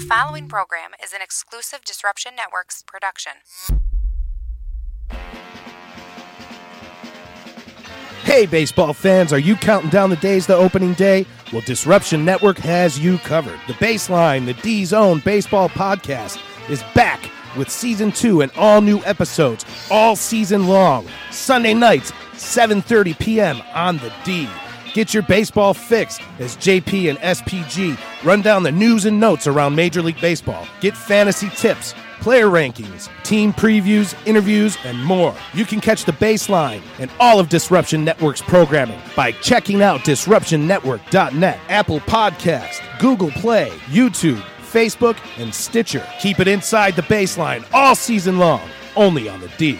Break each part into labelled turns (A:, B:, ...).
A: following program is an exclusive Disruption Networks production.
B: Hey, baseball fans, are you counting down the days to opening day? Well, Disruption Network has you covered. The Baseline, the D's own baseball podcast, is back with season two and all new episodes all season long. Sunday nights, 7.30 p.m. on the D. Get your baseball fix as JP and SPG run down the news and notes around Major League Baseball. Get fantasy tips, player rankings, team previews, interviews, and more. You can catch the baseline and all of Disruption Network's programming by checking out disruptionnetwork.net, Apple Podcast, Google Play, YouTube, Facebook, and Stitcher. Keep it inside the baseline all season long, only on the D.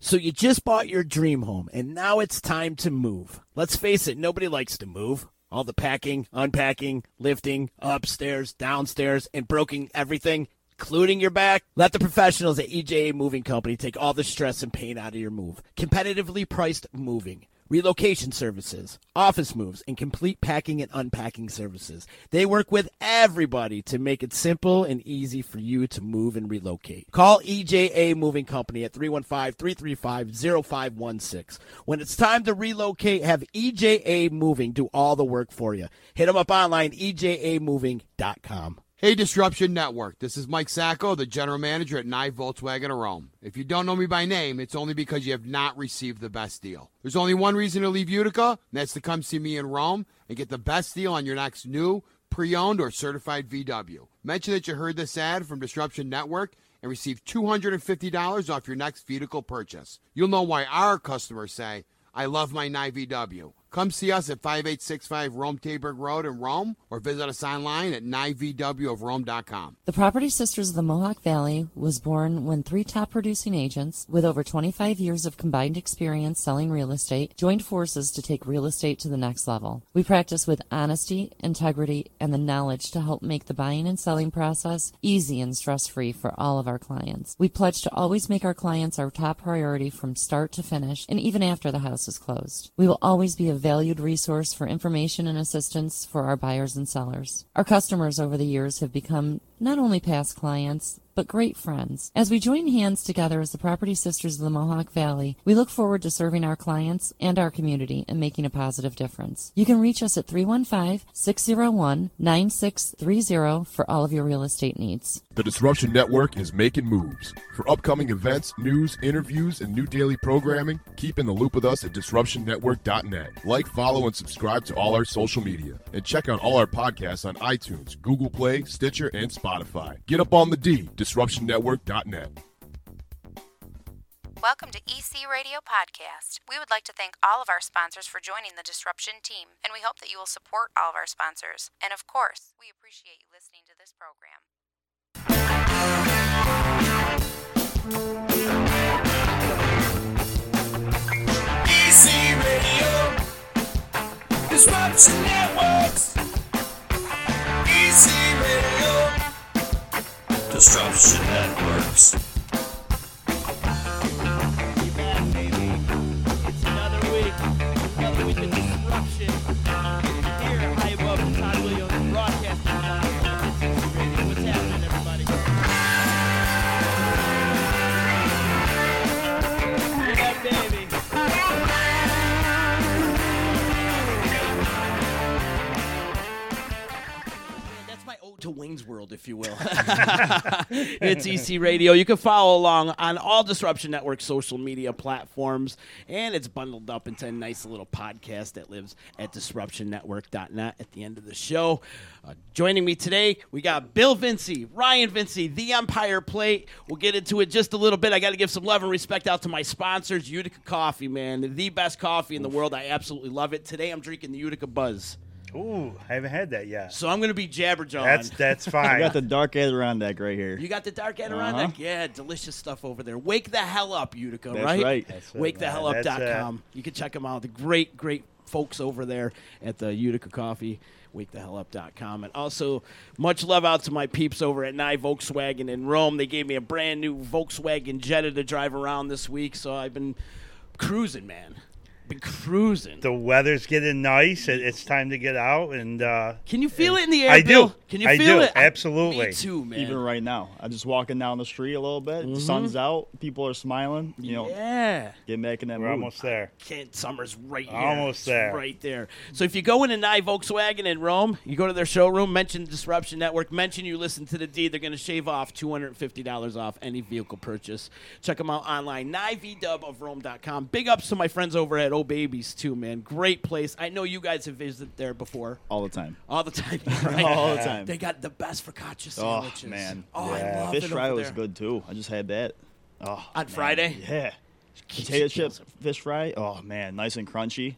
C: So you just bought your dream home and now it's time to move. Let's face it, nobody likes to move. All the packing, unpacking, lifting, upstairs, downstairs, and broking everything, including your back. Let the professionals at EJA Moving Company take all the stress and pain out of your move. Competitively priced moving relocation services, office moves, and complete packing and unpacking services. They work with everybody to make it simple and easy for you to move and relocate. Call EJA Moving Company at 315-335-0516. When it's time to relocate, have EJA Moving do all the work for you. Hit them up online, E ejamoving.com.
D: Hey, Disruption Network. This is Mike Sacco, the general manager at Nye Volkswagen of Rome. If you don't know me by name, it's only because you have not received the best deal. There's only one reason to leave Utica, and that's to come see me in Rome and get the best deal on your next new, pre owned, or certified VW. Mention that you heard this ad from Disruption Network and receive $250 off your next vehicle purchase. You'll know why our customers say, I love my Nye VW. Come see us at 5865 Rome Taberg Road in Rome or visit us online at nyvwofrome.com.
E: The Property Sisters of the Mohawk Valley was born when three top producing agents with over 25 years of combined experience selling real estate joined forces to take real estate to the next level. We practice with honesty, integrity, and the knowledge to help make the buying and selling process easy and stress free for all of our clients. We pledge to always make our clients our top priority from start to finish and even after the house is closed. We will always be a valued resource for information and assistance for our buyers and sellers. Our customers over the years have become not only past clients, but great friends. As we join hands together as the Property Sisters of the Mohawk Valley, we look forward to serving our clients and our community and making a positive difference. You can reach us at 315-601-9630 for all of your real estate needs.
F: The Disruption Network is making moves. For upcoming events, news, interviews, and new daily programming, keep in the loop with us at disruptionnetwork.net. Like, follow, and subscribe to all our social media. And check out all our podcasts on iTunes, Google Play, Stitcher, and Spotify. Get up on the D, disruptionnetwork.net.
A: Welcome to EC Radio Podcast. We would like to thank all of our sponsors for joining the Disruption team, and we hope that you will support all of our sponsors. And of course, we appreciate you listening to this program.
G: EC Radio, Disruption Networks. EC Radio, Disruption Networks.
H: It's another week, another week of disruption. Here, I am welcome Todd Williams, broadcasting live from Pittsburgh Radio. What's happening, everybody? We're back, baby. That's my ode To Wayne's World, if you will. it's EC Radio. You can follow along on all Disruption Network social media platforms, and it's bundled up into a nice little podcast that lives at disruptionnetwork.net at the end of the show. Uh, joining me today, we got Bill Vincey, Ryan Vincey, The Empire Plate. We'll get into it just a little bit. I got to give some love and respect out to my sponsors, Utica Coffee, man. The best coffee in the world. I absolutely love it. Today, I'm drinking the Utica Buzz.
I: Ooh, I haven't had that yet.
H: So I'm going to be jabberjawing.
I: That's that's
J: I got
I: fine.
J: the dark Adirondack right here.
H: You got the dark Adirondack?
J: Uh-huh.
H: Yeah, delicious stuff over there. Wake the hell up, Utica,
J: That's
H: right?
J: right.
I: That's it, man. That's it.
H: WakeTheHellUp.com. You can check them out. The great, great folks over there at the Utica Coffee. WakeTheHellUp.com. And also, much love out to my peeps over at Nye Volkswagen in Rome. They gave me a brand new Volkswagen Jetta to drive around this week, so I've been cruising, man. been cruising.
I: The weather's getting nice. It, it's time to get out. And uh,
H: Can you feel it in the air?
I: I
H: Bill?
I: do.
H: Can you
I: I
H: feel
I: do.
H: it? I-
I: Absolutely.
H: Me too, man.
J: Even right now, I'm just walking down the street a little bit.
H: Mhm.
J: Sun's out. People are smiling. You know,
H: yeah.
J: get back in that
I: We're
J: mood.
I: almost there.
H: Kent Summers right here.
I: Almost
H: It's
I: there.
H: Right there. So if you go in a Nye Volkswagen in Rome, you go to their showroom, mention Disruption Network, mention you listen to the D, they're going to shave off $250 off any vehicle purchase. Check them out online, NyeVdubofRome.com. Big ups to my friends over at Oh Babies, too, man. Great place. I know you guys have visited there before.
J: all the time.
H: All the time.
J: All the time.
H: They got the best focaccia
J: Oh
H: sandwiches.
J: man,
H: Oh, I love
J: fish
H: it
J: fry
H: over
J: was
H: there.
J: good too. I just had that. Oh,
H: On Friday?
J: yeah, potato chips, fish fry. Oh man, nice and crunchy,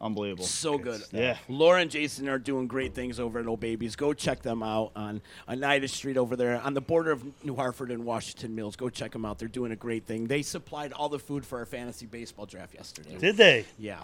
J: unbelievable.
H: So good.
J: Yeah.
H: Laura and Jason are doing great things over at Old Babies. Go check them out on Oneida Street over there on the border of New Hartford and Washington Mills. Go check them out. They're doing a great thing. They supplied all the food for our fantasy baseball draft yesterday.
I: Did they?
H: Yeah.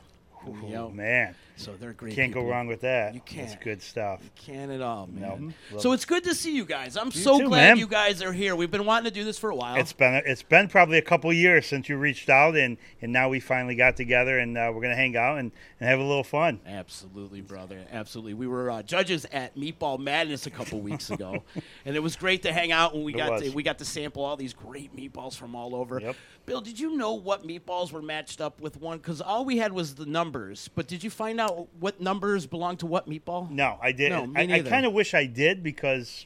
I: Ooh,
H: Yep.
I: man.
H: So they're great.
I: Can't go
H: people.
I: wrong with that.
H: You
I: That's
H: can't.
I: good stuff.
H: Can at all, man.
I: Love
H: So
I: it.
H: it's good to see you guys. I'm so
I: too,
H: glad
I: man.
H: you guys are here. We've been wanting to do this for a while.
J: Oh.
I: It's been it's been probably a couple years since you reached out, and and now we finally got together, and uh, we're gonna hang out and, and have a little fun.
H: Absolutely, brother. Absolutely. We were uh, judges at Meatball Madness a couple weeks ago, and it was great to hang out. And we
I: It
H: got
I: was.
H: to, we got to sample all these great meatballs from all over.
I: Yep.
H: Bill, did you know what meatballs were matched up with one? Because all we had was the numbers. But did you find out what numbers belong to what meatball?
I: No, I
H: No,
I: didn't.
H: me
I: I, I
H: neither.
I: kind of wish I did because,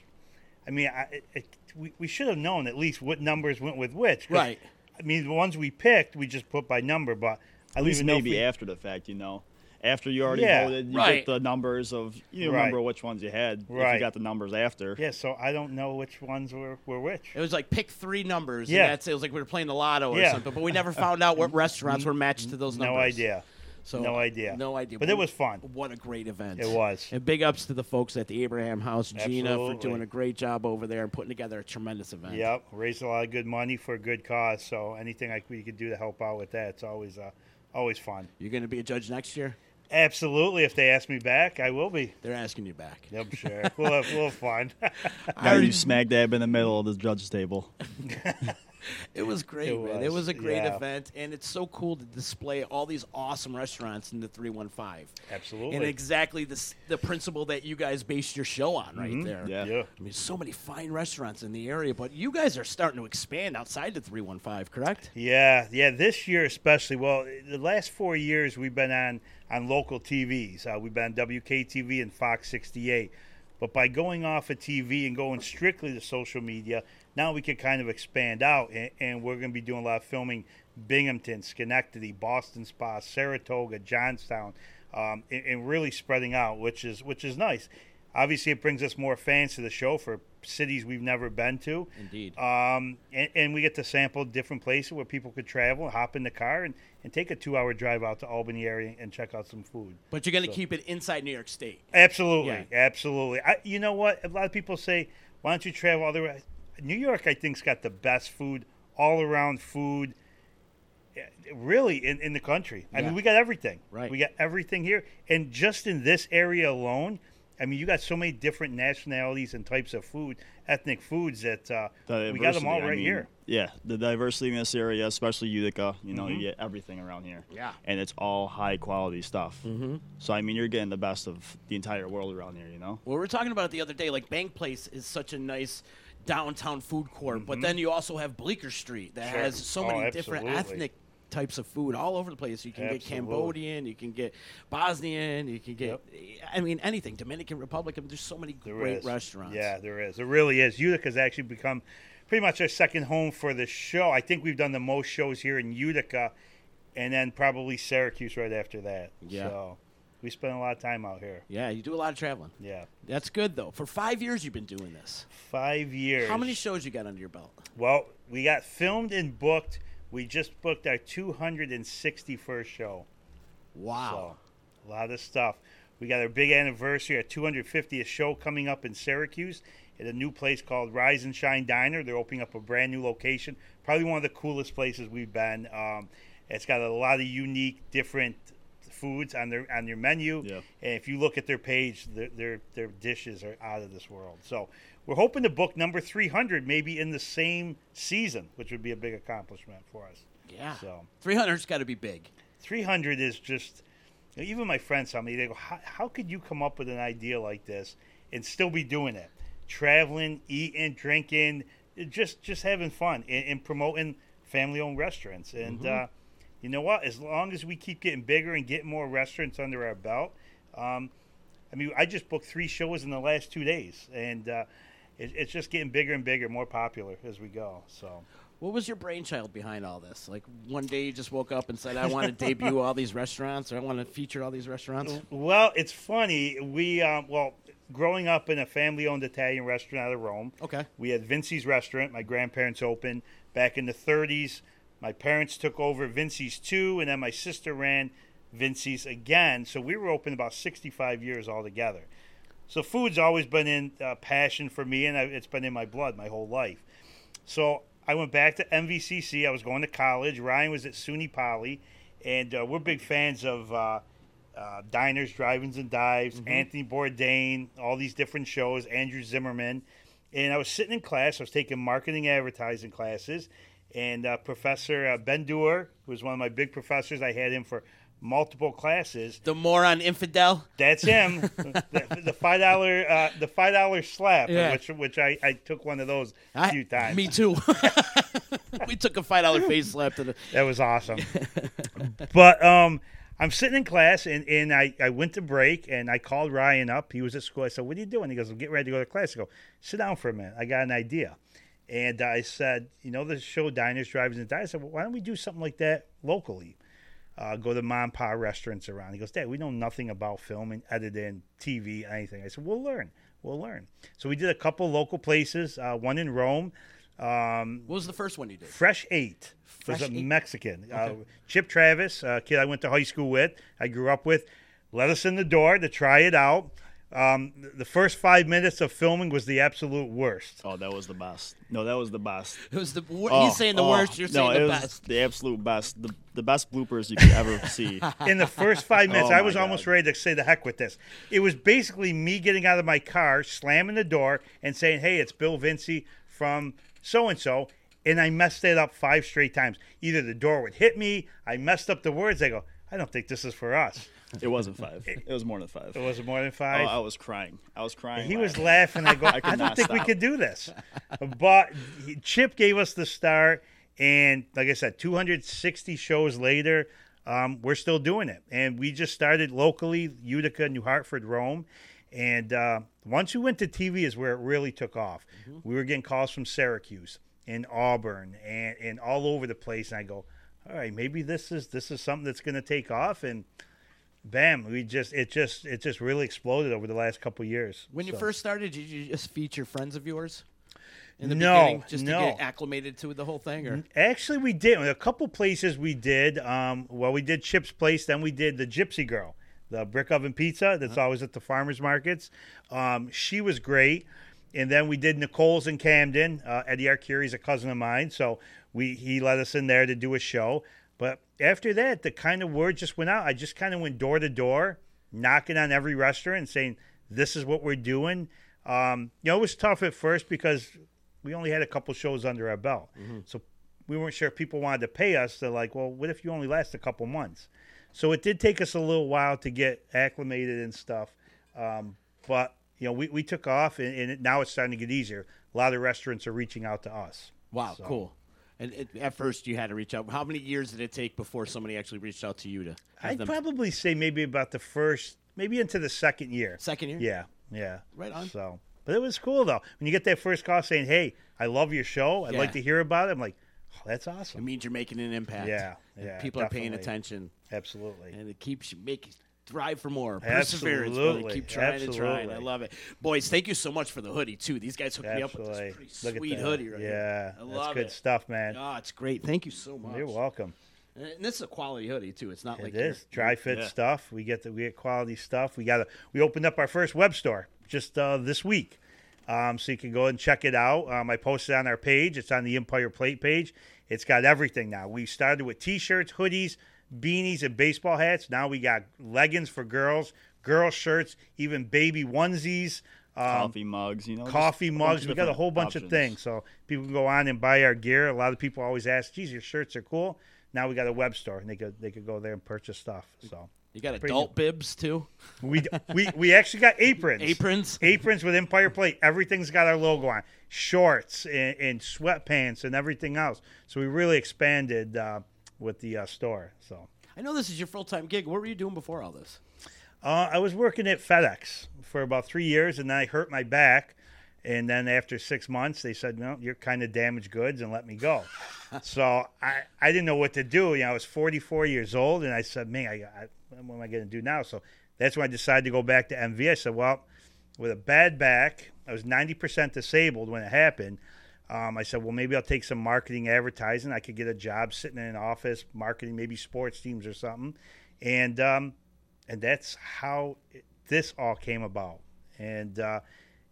I: I mean, I, it, it, we we should have known at least what numbers went with which. 'cause,
H: Right.
I: I mean, the ones we picked, we just put by number, but I
J: At
I: don't
J: least
I: even know if
J: maybe
I: we-
J: after the fact, you know. After you already
I: Yeah.
J: voted, you
H: Right.
J: get the numbers of you
I: Right.
J: remember which ones you had. If
I: Right.
J: you got the numbers after.
I: Yeah, so I don't know which ones were were which.
H: It was like pick three numbers.
I: Yeah.
H: And that's it. It was like we were playing the lotto or
I: Yeah.
H: something. But we never found out what restaurants were matched to those numbers.
I: No idea.
H: So
I: No idea.
H: No idea.
I: But it was fun.
H: What a great event.
I: It was.
H: And big ups to the folks at the Abraham House, Gina, for
I: Absolutely.
H: doing a great job over there and putting together a tremendous event.
I: Yep, raised a lot of good money for a good cause. So anything I, we could do to help out with that, it's always uh, always fun.
H: You're going to be a judge next year?
I: Absolutely, if they ask me back, I will be.
H: They're asking you back.
I: I'm sure we'll have we'll have fun.
J: Now you smack dab in the middle of the judge's table.
H: It was great,
I: It
H: man. It
I: was,
H: was a great
I: yeah.
H: event, and it's so cool to display all these awesome restaurants in the 315.
I: Absolutely.
H: And exactly the, s- the principle that you guys based your show on right there.
J: Yeah.
I: Mm-hmm. yeah,
H: I mean, so many fine restaurants in the area, but you guys are starting to expand outside the 315, correct?
I: yeah, yeah. This year especially. Well, the last four years we've been on on local TVs. Uh, we've been on WKTV and Fox 68. But by going off of TV and going strictly to social media, now we can kind of expand out, and, and we're going to be doing a lot of filming Binghamton, Schenectady, Boston Spa, Saratoga, Johnstown, um, and, and really spreading out, which is which is nice. Obviously, it brings us more fans to the show for cities we've never been to.
H: Indeed.
I: Um, and, and we get to sample different places where people could travel, hop in the car, and, and take a two hour drive out to Albany area and check out some food.
H: But you're going to keep it inside New York State.
I: Absolutely,
H: Yeah.
I: absolutely. I, you know what? A lot of people say, "Why don't you travel all the way?" New York, I think's got the best food, all around food, eh, really in, in the country. I
H: Yeah.
I: mean, we got everything.
H: Right.
I: we got everything here, and just in this area alone, I mean, you got so many different nationalities and types of food, ethnic foods that uh,
J: The
I: we got them
J: diversity,
I: all
J: I
I: right
J: mean,
I: here.
J: Yeah, the diversity in this area, especially Utica, you know,
I: Mm-hmm.
J: you get everything around here.
H: Yeah.
J: And it's all high quality stuff. Mm-hmm. So, I mean, you're getting the best of the entire world around here, you know?
H: Well, we were talking about it the other day. Like Bank Place is such a nice downtown food court, but then you also have Bleecker Street that
I: Mm-hmm. Sure.
H: has so
I: Oh,
H: many different
I: absolutely.
H: ethnic types of food all over the place. You can get
I: Absolutely.
H: Cambodian, you can get Bosnian, you can get I mean anything. Dominican Republic. I mean, there's so many
I: There
H: great
I: is.
H: restaurants.
I: Yeah, there is. There really is. Utica's actually become pretty much our second home for the show. I think we've done the most shows here in Utica, and then probably Syracuse right after that.
H: Yeah.
I: So we spend a lot of time out here.
H: Yeah, you do a lot of traveling.
I: Yeah.
H: That's good though. For five years, you've been doing this.
I: Five years.
H: How many shows you got under your belt?
I: Well, we got filmed and booked. We just booked our 261st show.
H: Wow.
I: So, a lot of stuff. We got our big anniversary, our 250th show coming up in Syracuse at a new place called Rise and Shine Diner. They're opening up a brand new location, probably one of the coolest places we've been. Um, it's got a lot of unique, different foods on their on their menu.
J: Yeah.
I: And if you look at their page, their, their their dishes are out of this world. So we're hoping to book number 300 maybe in the same season, which would be a big accomplishment for us.
H: Yeah.
I: So
H: 300's got to be big.
I: 300 is just even my friends tell me they go how, how could you come up with an idea like this and still be doing it traveling eating drinking just just having fun and, and promoting family-owned restaurants and
K: Mhm.
I: uh, you know what as long as we keep getting bigger and getting more restaurants under our belt um, i mean i just booked three shows in the last two days and uh, it, it's just getting bigger and bigger more popular as we go so
H: What was your brainchild behind all this? Like one day you just woke up and said, "I want to debut all these restaurants, or I want to feature all these restaurants."
I: Well, it's funny. We um, well, growing up in a family-owned Italian restaurant out of Rome.
H: Okay.
I: We had Vinci's restaurant. My grandparents opened back in the '30s. My parents took over Vinci's too, and then my sister ran Vinci's again. So we were open about 65 years altogether. So food's always been in uh, passion for me, and I, it's been in my blood my whole life. So I went back to MVCC. I was going to college. Ryan was at SUNY Poly, and uh, we're big fans of uh, uh, diners, drive-ins, and dives.
H: Mm-hmm.
K: Mhm.
I: Anthony Bourdain, all these different shows. Andrew Zimmerman, and I was sitting in class. I was taking marketing advertising classes, and uh, Professor uh, Ben Doer, who was one of my big professors, I had him for multiple classes.
H: The moron infidel.
I: That's him. the, the five dollar, uh, the five dollar slap,
H: Yeah.
I: which which I, I took one of those a
H: I-
I: few times.
H: Me too. we took a five dollar face slap to the.
I: That was awesome. but um, I'm sitting in class and, and I, I went to break and I called Ryan up. He was at school. I said, What are you doing? He goes, I'm getting ready to go to class. I go, Sit down for a minute. I got an idea. And I said, You know, the show Diners, Drivers, and Dives. I said, well, Why don't we do something like that locally? Uh, go to mom and pa restaurants around. He goes, Dad, we know nothing about filming, editing, TV, anything. I said, We'll learn. We'll learn. So we did a couple local places, uh, one in Rome. Um,
H: What was the first one you did?
I: Fresh Eight was
H: Fresh
I: a
H: Eight?
I: Mexican. Uh,
H: Okay.
I: Chip Travis, a kid I went to high school with, I grew up with, let us in the door to try it out. Um, th- the first five minutes of filming was the absolute worst.
J: Oh, that was the best. No, that was the best.
H: It was the. wor-
J: Oh,
H: he's saying the
J: oh,
H: worst. You're
J: no,
H: saying the
J: it was
H: best.
J: The absolute best. The, the best bloopers you could ever see.
I: In the first five minutes,
J: Oh
I: I
J: my
I: was
J: God.
I: almost ready to say the heck with this. It was basically me getting out of my car, slamming the door, and saying, "Hey, it's Bill Vinci from so and so," and I messed it up five straight times. Either the door would hit me, I messed up the words. I go, "I don't think this is for us."
J: It wasn't five. It was more than five.
I: It was more than
J: Oh,
I: five.
J: I was crying. I was crying.
I: He was laughing. I go, I,
J: could
I: don't
J: not
I: think we
J: stop.
I: could do this. But he- Chip gave us the start, and like I said, 260 shows later, um, we're still doing it. And we just started locally, Utica, New Hartford, Rome. And uh, once we went to TV is where it really took off.
J: Mm-hmm.
I: We were getting calls from Syracuse and Auburn and, and all over the place. And I go, all right, maybe this is this is something that's going to take off. And bam, we just it just it just really exploded over the last couple of years.
H: When you
I: So-
H: first started, did you just feature friends of yours? In the
I: No,
H: beginning, just to
I: no.
H: get acclimated to the whole thing, or
I: Actually, we did. A couple places we did. Um, well, we did Chip's Place. Then we did the Gypsy Girl, the brick oven pizza that's always at the farmers markets. Um, she was great. And then we did Nicole's in Camden. Uh, Eddie Arcuri's a cousin of mine, so we he let us in there to do a show. But after that, the kind of word just went out. I just kind of went door to door, knocking on every restaurant and saying, "This is what we're doing." Um, you know, it was tough at first because we only had a couple shows under our belt,
H: Mm-hmm.
I: so we weren't sure if people wanted to pay us. They're like, well, what if you only last a couple months? So it did take us a little while to get acclimated and stuff. Um, but, you know, we, we took off and, and it, now it's starting to get easier. A lot of restaurants are reaching out to us.
H: wow,
I: So-
H: cool. And it, at first, you had to reach out. How many years did it take before somebody actually reached out to you to? Have
I: I'd
H: them
I: probably say maybe about the first, maybe into the second year.
H: Second year?
I: Yeah. Yeah.
H: Right on.
I: So, but it was cool though. When you get that first call saying, hey, I love your show. I'd
H: Yeah.
I: like to hear about it. I'm like, oh, that's awesome.
H: It means you're making an impact.
I: Yeah,
H: And
I: yeah,
H: people are paying
I: definitely.
H: attention.
I: Absolutely.
H: And it keeps you making drive for more. Perseverance. brother.
I: Absolutely,
H: Keep trying and trying. I
I: absolutely.
H: love it. Boys, thank you so much for the hoodie too. These guys hooked me up with
I: Absolutely.
H: this pretty
I: Look at
H: sweet
I: that.
H: hoodie right
I: Yeah,
H: here. I
I: that's
H: love
I: good
H: it.
I: stuff, man.
H: Ah, it's great. Thank you so much.
I: You're welcome.
H: And this is a quality hoodie too. It's not like
I: It
H: your-
I: is dry fit
H: Yeah.
I: stuff. We get the we get quality stuff. We got a, we opened up our first web store just uh, this week, um, so you can go and check it out. Um, I posted it on our page. It's on the Empire Plate page. It's got everything now. We started with t-shirts, hoodies, beanies, and baseball hats. Now we got leggings for girls, girl shirts, even baby onesies. Um,
J: coffee mugs, you know. just
I: coffee
J: a bunch
I: mugs.
J: of
I: We got a
J: different
I: whole bunch of
J: options.
I: things, so people can go on and buy our gear. A lot of people always ask, "Geez, your shirts are cool." Now we got a web store, and they could they could go there and purchase stuff. So
H: You got
I: Pretty
H: adult bibs too.
I: we we we actually got aprons,
H: Aprons?
I: aprons with Empire Plate. Everything's got our logo on, shorts and, and sweatpants and everything else. So we really expanded uh, with the uh, store. So
H: I know this is your full time gig. What were you doing before all this?
I: Uh, I was working at FedEx for about three years, and then I hurt my back. And then after six months, they said, "No, you're kind of damaged goods," and let me go. so I, I didn't know what to do. You know, I was 44 years old, and I said, "Man, I, I, what am I going to do now?" So that's when I decided to go back to MV. I said, "Well, with a bad back, I was 90% disabled when it happened." Um, I said, well, maybe I'll take some marketing advertising. I could get a job sitting in an office, marketing maybe sports teams or something. And um, and that's how it, this all came about. And uh,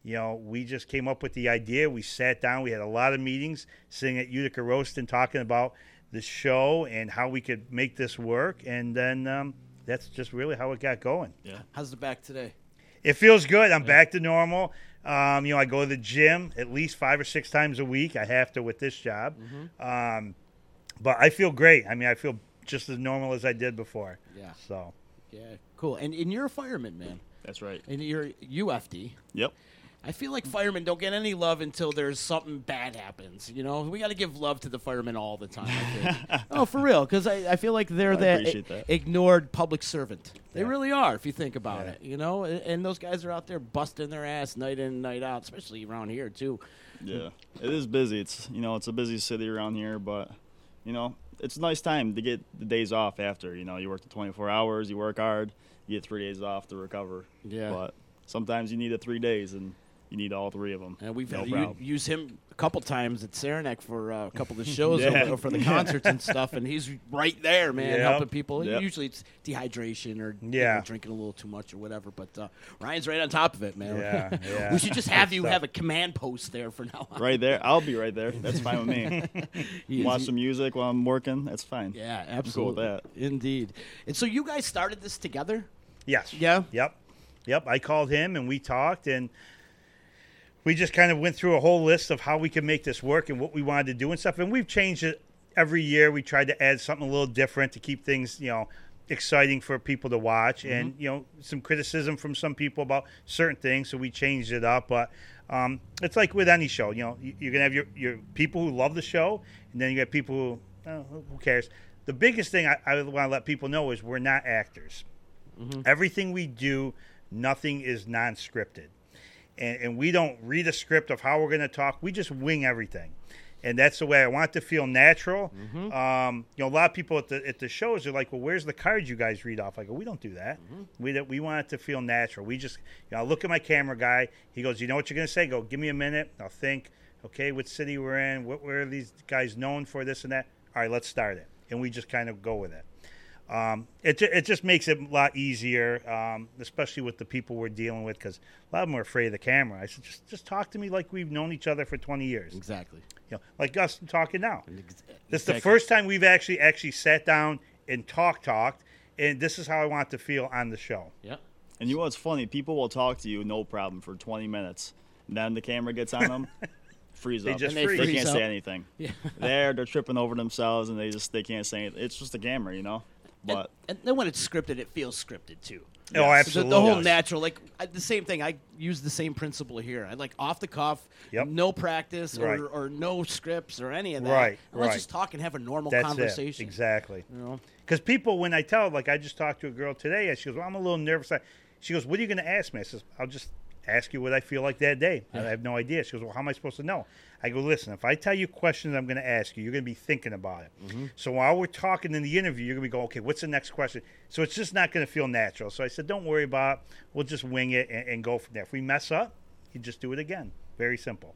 I: you know, we just came up with the idea. We sat down. We had a lot of meetings, sitting at Utica Roast and talking about the show and how we could make this work. And then um, that's just really how it got going.
H: How's the back today?
I: It feels good. I'm back to normal. Um, you know, I go to the gym at least five or six times a week. I have to with this job. Um, but I feel great. I mean, I feel just as normal as I did before.
H: Yeah.
I: So.
H: Yeah, cool. And and you're a fireman, man.
J: That's right.
H: And you're UFD.
J: Yep.
H: I feel like firemen don't get any love until there's something bad happens. You know, we got to give love to the firemen all the time. I think. oh, for real, because I, I feel like they're
J: I
H: that,
J: appreciate that.
H: ignored public servant. They really are, if you think about it. You know, and, and those guys are out there busting their ass night in and night out, especially around here too.
J: Yeah. It is busy. It's you know, it's a busy city around here, but you know, it's a nice time to get the days off after. You know, you work the 24 hours, you work hard, you get three days off to recover.
H: Yeah.
J: But sometimes you need the three days, and you need all three of them.
H: And we've
J: no
H: had
J: problem.
H: to use him a couple times at Saranac for uh, a couple of the shows
J: Yeah.
H: over, for the concerts and stuff, and he's right there, man,
I: Yep.
H: helping people.
J: Yep.
H: Usually it's dehydration or you
I: Yeah.
H: know, drinking a little too much or whatever, but uh, Ryan's right on top of it, man.
I: Yeah, yeah.
H: we should just have you
I: stuff.
H: have a command post there for now on.
J: Right there, I'll be right there. That's fine with
H: He
J: me.
H: is-
J: Watch some music while I'm working. That's fine.
H: Yeah,
J: I'm cool with
H: absolutely.
J: that.
H: Indeed. And so you guys started this together?
I: Yes.
H: Yeah?
I: Yep. Yep. I called him and we talked and we just kind of went through a whole list of how we could make this work and what we wanted to do and stuff. And we've changed it every year. We tried to add something a little different to keep things, you know, exciting for people to watch and, you know, some criticism from some people about certain things. So we changed it up. But um, it's like with any show, you know, you- you're going to have your, your people who love the show and then you got people who, oh, who cares. The biggest thing I, I want to let people know is we're not actors. Everything we do, nothing is non scripted. And, and we don't read a script of how we're going to talk. We just wing everything. And that's the way I want it to feel natural. Um, you know, a lot of people at the at the shows are like, "Well, where's the cards you guys read off?" I go, "We don't do that. We don't- we want it to feel natural. We just, you know, I look at my camera guy. He goes, "You know what you're going to say?" I go, "Give me a minute. I'll think. Okay, what city we're in? What where are these guys known for? This and that. All right, let's start it." And we just kind of go with it um, it, ju- it just makes it a lot easier, um, especially with the people we're dealing with, because a lot of them are afraid of the camera. I said, just, just talk to me like we've known each other for 20 years.
H: Exactly.
I: You know, like us talking now. This is the
H: Exactly.
I: first time we've actually actually sat down and talk talked, and this is how I want it to feel on the show.
H: Yeah.
J: And you know what's funny? People will talk to you no problem for 20 minutes. And then the camera gets on them, freeze
I: They
J: up.
I: just
J: they
I: freeze.
J: can't
H: Freeze
J: say
H: up.
J: anything. They're they're tripping over themselves and they just they can't say anything. It's just the camera, you know.
H: And-
J: But
H: and then when it's scripted, it feels scripted too.
I: Oh,
H: So
I: absolutely.
H: the whole
I: Yes.
H: natural, like I, the same thing. I use the same principle here. I like off the cuff,
I: Yep.
H: no practice
I: Right.
H: or, or no scripts or any of that.
I: Right,
H: And Let's
I: right.
H: just talk and have a normal
I: That's
H: conversation.
I: it. Exactly.
H: You know?
I: Because people, when I tell, like I just talked to a girl today, and she goes, "Well, I'm a little nervous." I, she goes, "What are you going to ask me?" I says, "I'll just ask you what I feel like that day. I have no idea." She goes, "Well, how am I supposed to know?" I go, "Listen, if I tell you questions, I'm going to ask you. You're going to be thinking about it.
H: Mm-hmm.
I: So while we're talking in the interview, you're going to be going, "Okay, what's the next question?" So it's just not going to feel natural. So I said, "Don't worry about. it. We'll just wing it and, and go from there. If we mess up, you just do it again. Very simple."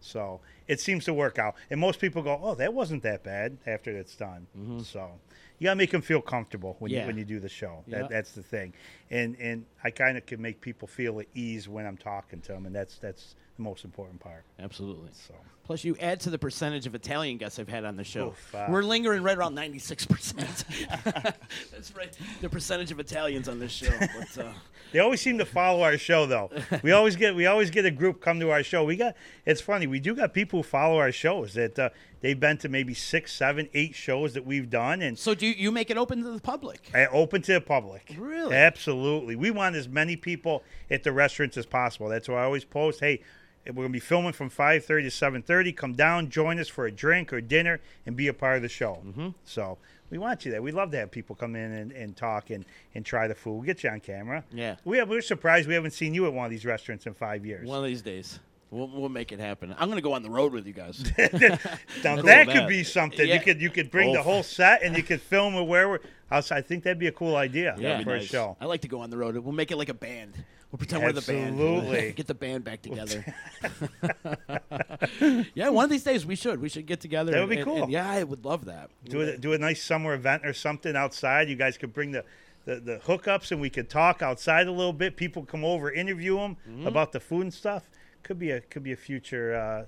I: So it seems to work out. And most people go, oh, that wasn't that bad after it's done. So you got to make them feel comfortable when,
H: Mm-hmm. Yeah.
I: you, when you do the show.
H: Yeah.
I: That, that's the thing. And and I kind of can make people feel at ease when I'm talking to them. And that's that's the most important part.
H: Absolutely. Plus, you add to the percentage of Italian guests I've had on the show.
I: Oof, ah. wow.
H: We're lingering right around 96%. That's right. The percentage of Italians on this show. But, uh,
I: They always seem to follow our show, though. We always get we always get a group come to our show. We got it's funny. We do got people who follow our shows that uh, they've been to maybe six, seven, eight shows that we've done, and
H: so do you, you make it open to the public?
I: Uh, open to the public.
H: Really?
I: Absolutely. We want as many people at the restaurants as possible. That's why I always post, hey, we're going to be filming from 5.30 to 7.30. Come down, join us for a drink or dinner, and be a part of the show. Mm-hmm. So we want you there. We love to have people come in and, and talk and, and try the food. We'll get you on camera.
H: Yeah.
I: We have, we're surprised we haven't seen you at one of these restaurants in five years.
H: One of these days. We'll, we'll make it happen. I'm going to go on the road with you guys.
I: Now
H: Cool
I: that
H: with
I: could be something.
H: Yeah.
I: You could you could bring
H: Oh,
I: the whole set and you could film it where we're outside. I think that'd be a cool idea
H: Yeah. That'd be
I: for a
H: nice.
I: show.
H: I like to go on the road. We'll make it like a band. We'll pretend we're the
I: Absolutely.
H: band. Get the band back together. yeah, one of these days we should. We should get together.
I: That would be
H: and- and-
I: cool.
H: and yeah, I would love that.
I: Do a, do a nice summer event or something outside. You guys could bring the, the, the hookups and we could talk outside a little bit. People come over, interview them
J: Mm-hmm.
I: about the food and stuff. Could be a could be a future uh,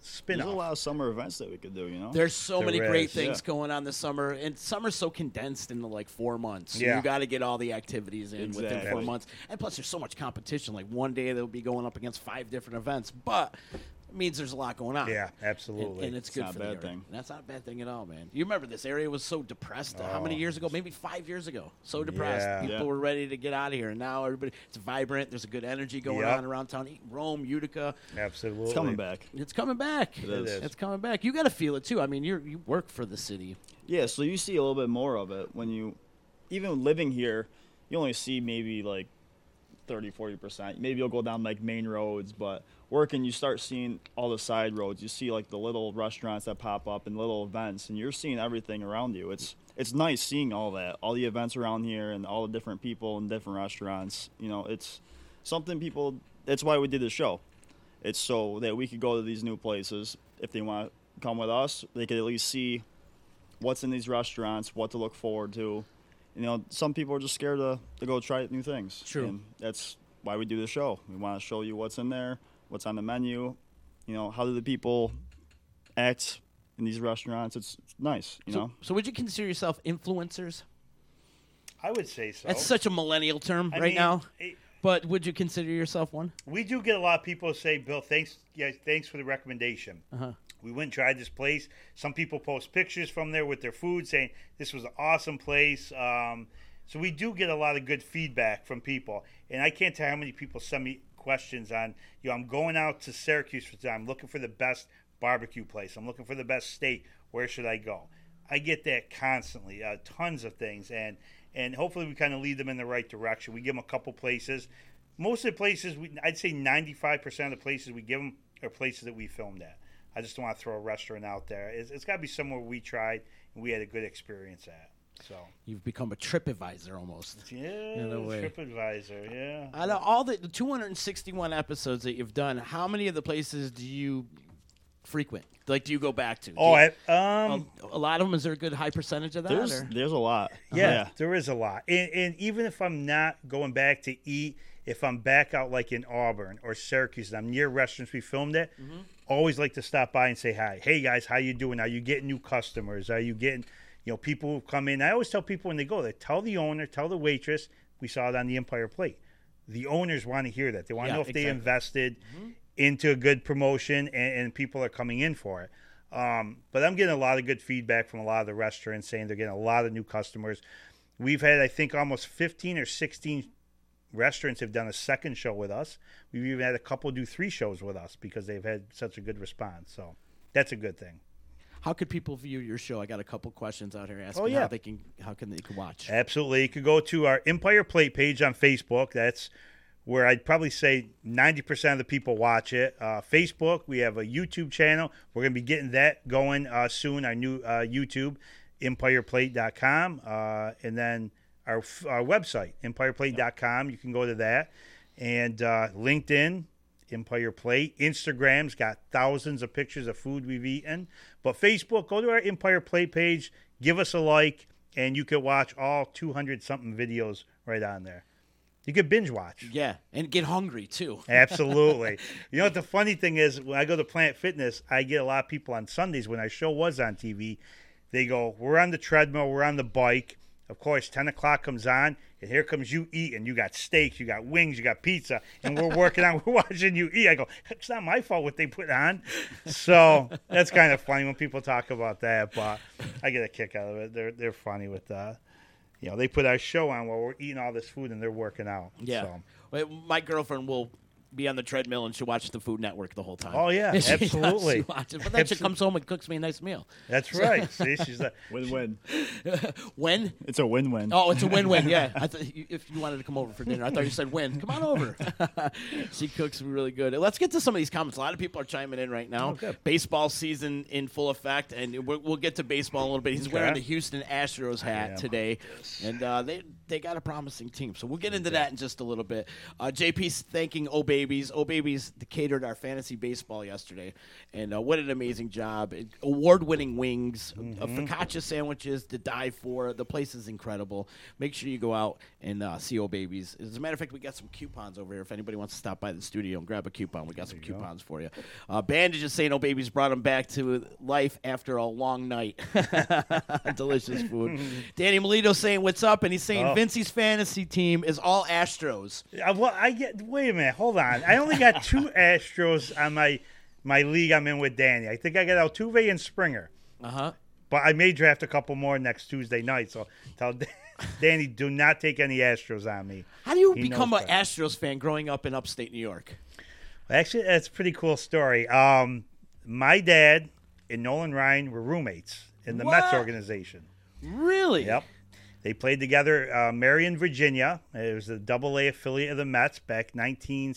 I: spin
J: There's a
I: off.
J: lot of summer events that we could do. You know.
H: There's so
I: There
H: many great
I: is.
H: things
J: Yeah.
H: going on this summer, and summer's so condensed into like four months.
I: Yeah.
H: you got to get all the activities in within four
J: Exactly.
H: months, and plus there's so much competition. Like one day they'll be going up against five different events, but it means there's a lot going on.
I: Yeah,
H: And-
I: absolutely.
H: And, it's good
J: not a
H: for
J: bad
H: the area.
J: thing.
H: That's not a bad thing at all, man. You remember this area was so depressed. uh, How many years ago? Maybe five years ago. So depressed.
I: Oh. Yeah.
H: People
J: Yeah.
H: were ready to get out of here, and now everybody. It's vibrant. There's a good energy going
I: Yep.
H: on around town. Rome, Utica.
I: absolutely.
J: it's coming back.
H: It's coming back.
J: It is.
H: It's coming back. You got to feel it too. I mean, you you work for the city.
J: Yeah, so you see a little bit more of it when you, even living here, you only see maybe like 30, 40%. Maybe you'll go down like main roads, but working, you start seeing all the side roads. You see like the little restaurants that pop up and little events, and you're seeing everything around you. It's it's nice seeing all that, all the events around here, and all the different people and different restaurants. You know, it's something people. That's why we did the show. It's so that we could go to these new places. If they want to come with us, they could at least see what's in these restaurants, what to look forward to. You know, some people are just scared to, to go try new things.
H: True.
J: And that's why we do the show. We want to show you what's in there, what's on the menu. You know, how do the people act in these restaurants? It's, it's nice. You
H: So,
J: know,
H: so would you consider yourself influencers?
I: I would say so.
H: That's such a millennial term
I: I
H: right
I: mean,
H: now.
I: it-
H: But would you consider yourself one?
I: we do get a lot of people say, Bill, thanks, yeah, thanks for the recommendation. We went and tried this place. Some people post pictures from there with their food, saying this was an awesome place. Um, so we do get a lot of good feedback from people, and I can't tell how many people send me questions on, you know, I'm going out to Syracuse for I'm looking for the best barbecue place. I'm looking for the best steak. Where should I go? I get that constantly, uh, tons of things, and and hopefully we kind of lead them in the right direction. We give them a couple places. Most of the places, we, I'd say 95% of the places we give them are places that we filmed at. I just don't want to throw a restaurant out there. It's, it's got to be somewhere we tried and we had a good experience at. So
H: You've become a TripAdvisor almost.
I: yeah,
H: no way.
I: TripAdvisor, yeah.
H: Out of all the, the 261 episodes that you've done, how many of the places do you frequent? Like, do you go back to? Do
I: Oh,
H: you-
I: I, um,
H: a lot of them. Is there a good high percentage of that?
J: there's
H: or-
J: there's a lot.
I: Yeah, there is a lot. And, and even if I'm not going back to eat, if I'm back out like in Auburn or Syracuse and I'm near restaurants we filmed at, always like to stop by and say hi. Hey guys, how you doing? Are you getting new customers? Are you getting, you know, people who come in? I always tell people when they go, they tell the owner, tell the waitress. We saw it on the Empire Plate. The owners want to hear that. They want to
H: Yeah,
I: know if they
H: exactly. Mm-hmm.
I: invested into a good promotion and, and people are coming in for it. Um, but I'm getting a lot of good feedback from a lot of the restaurants saying they're getting a lot of new customers. We've had, I think, almost 15 or 16 restaurants have done a second show with us. We've even had a couple do three shows with us because they've had such a good response. So that's a good thing.
H: How could people view your show? I got a couple questions out here asking
I: Oh, yeah.
H: how they can how can they can watch.
I: Absolutely. You could go to our Empire Plate page on Facebook. That's where I'd probably say 90% of the people watch it. Uh, Facebook, we have a YouTube channel. We're going to be getting that going uh, soon, our new uh, YouTube, empireplate.com. Uh, and then our, f- our website, empireplate.com. You can go to that. And uh, LinkedIn, Empire Plate. Instagram's got thousands of pictures of food we've eaten. But Facebook, go to our Empire Plate page, give us a like, and you can watch all 200 something videos right on there. You could binge watch.
H: Yeah, and get hungry too.
I: Absolutely. you know what the funny thing is when I go to Planet Fitness, I get a lot of people on Sundays when our show was on TV. They go, "We're on the treadmill, we're on the bike." Of course, ten o'clock comes on, and here comes you eating. You got steaks, you got wings, you got pizza, and we're working on. We're watching you eat. I go, "It's not my fault what they put on." So that's kind of funny when people talk about that, but I get a kick out of it. They're they're funny with that. You know, they put our show on while we're eating all this food and they're working out.
H: Yeah.
I: So.
H: Wait, My girlfriend will be on the treadmill and she'll watch the Food Network the whole time.
I: Oh, yeah,
H: She does, she
I: absolutely.
H: watches- But then she
I: Absol-
H: comes home and cooks me a nice meal.
I: That's right. See, she's like,
J: Win-win.
H: When?
J: It's a win-win.
H: Oh, it's a win-win. Yeah, I th- you- if you wanted to come over for dinner, I thought you said win. Come on over. she cooks really good. Let's get to some of these comments. A lot of people are chiming in right
I: Oh,
H: now. baseball season in full effect, and we'll, we'll get to baseball in a little bit. He's wearing the Houston Astros hat today, and uh, they they got a promising team. So we'll get into that in just a little bit. Uh, JP's thanking Oh Babies. Oh Babies catered our fantasy baseball yesterday, and uh, what an amazing job! Award winning wings, uh, focaccia sandwiches to die for. The place is incredible. Make sure you go out and uh, see Oh Babies. As a matter of fact, we got some coupons over here. If anybody wants to stop by the studio and grab a coupon, we got some coupons for you. Uh, Bandage is saying Oh Babies brought him back to life after a long night. Delicious food. Danny Melito saying what's up, and he's saying
I: Oh.
H: Vincey's fantasy team is all Astros.
I: I, Uh, well, I get. Wait a minute. Hold on. I only got two Astros on my my league. I'm in with Danny. I think I got Altuve and Springer.
H: Uh huh.
I: But I may draft a couple more next Tuesday night. So tell Dan- Danny, do not take any Astros on me.
H: How do you
I: He
H: become
I: knows
H: an
I: that.
H: Astros fan growing up in upstate New York?
I: Actually, that's a pretty cool story. Um, my dad and Nolan Ryan were roommates in the Mets
H: What?
I: organization.
H: Really?
I: Yep. They played together, uh, Marion, Virginia. It was the Double A affiliate of the Mets back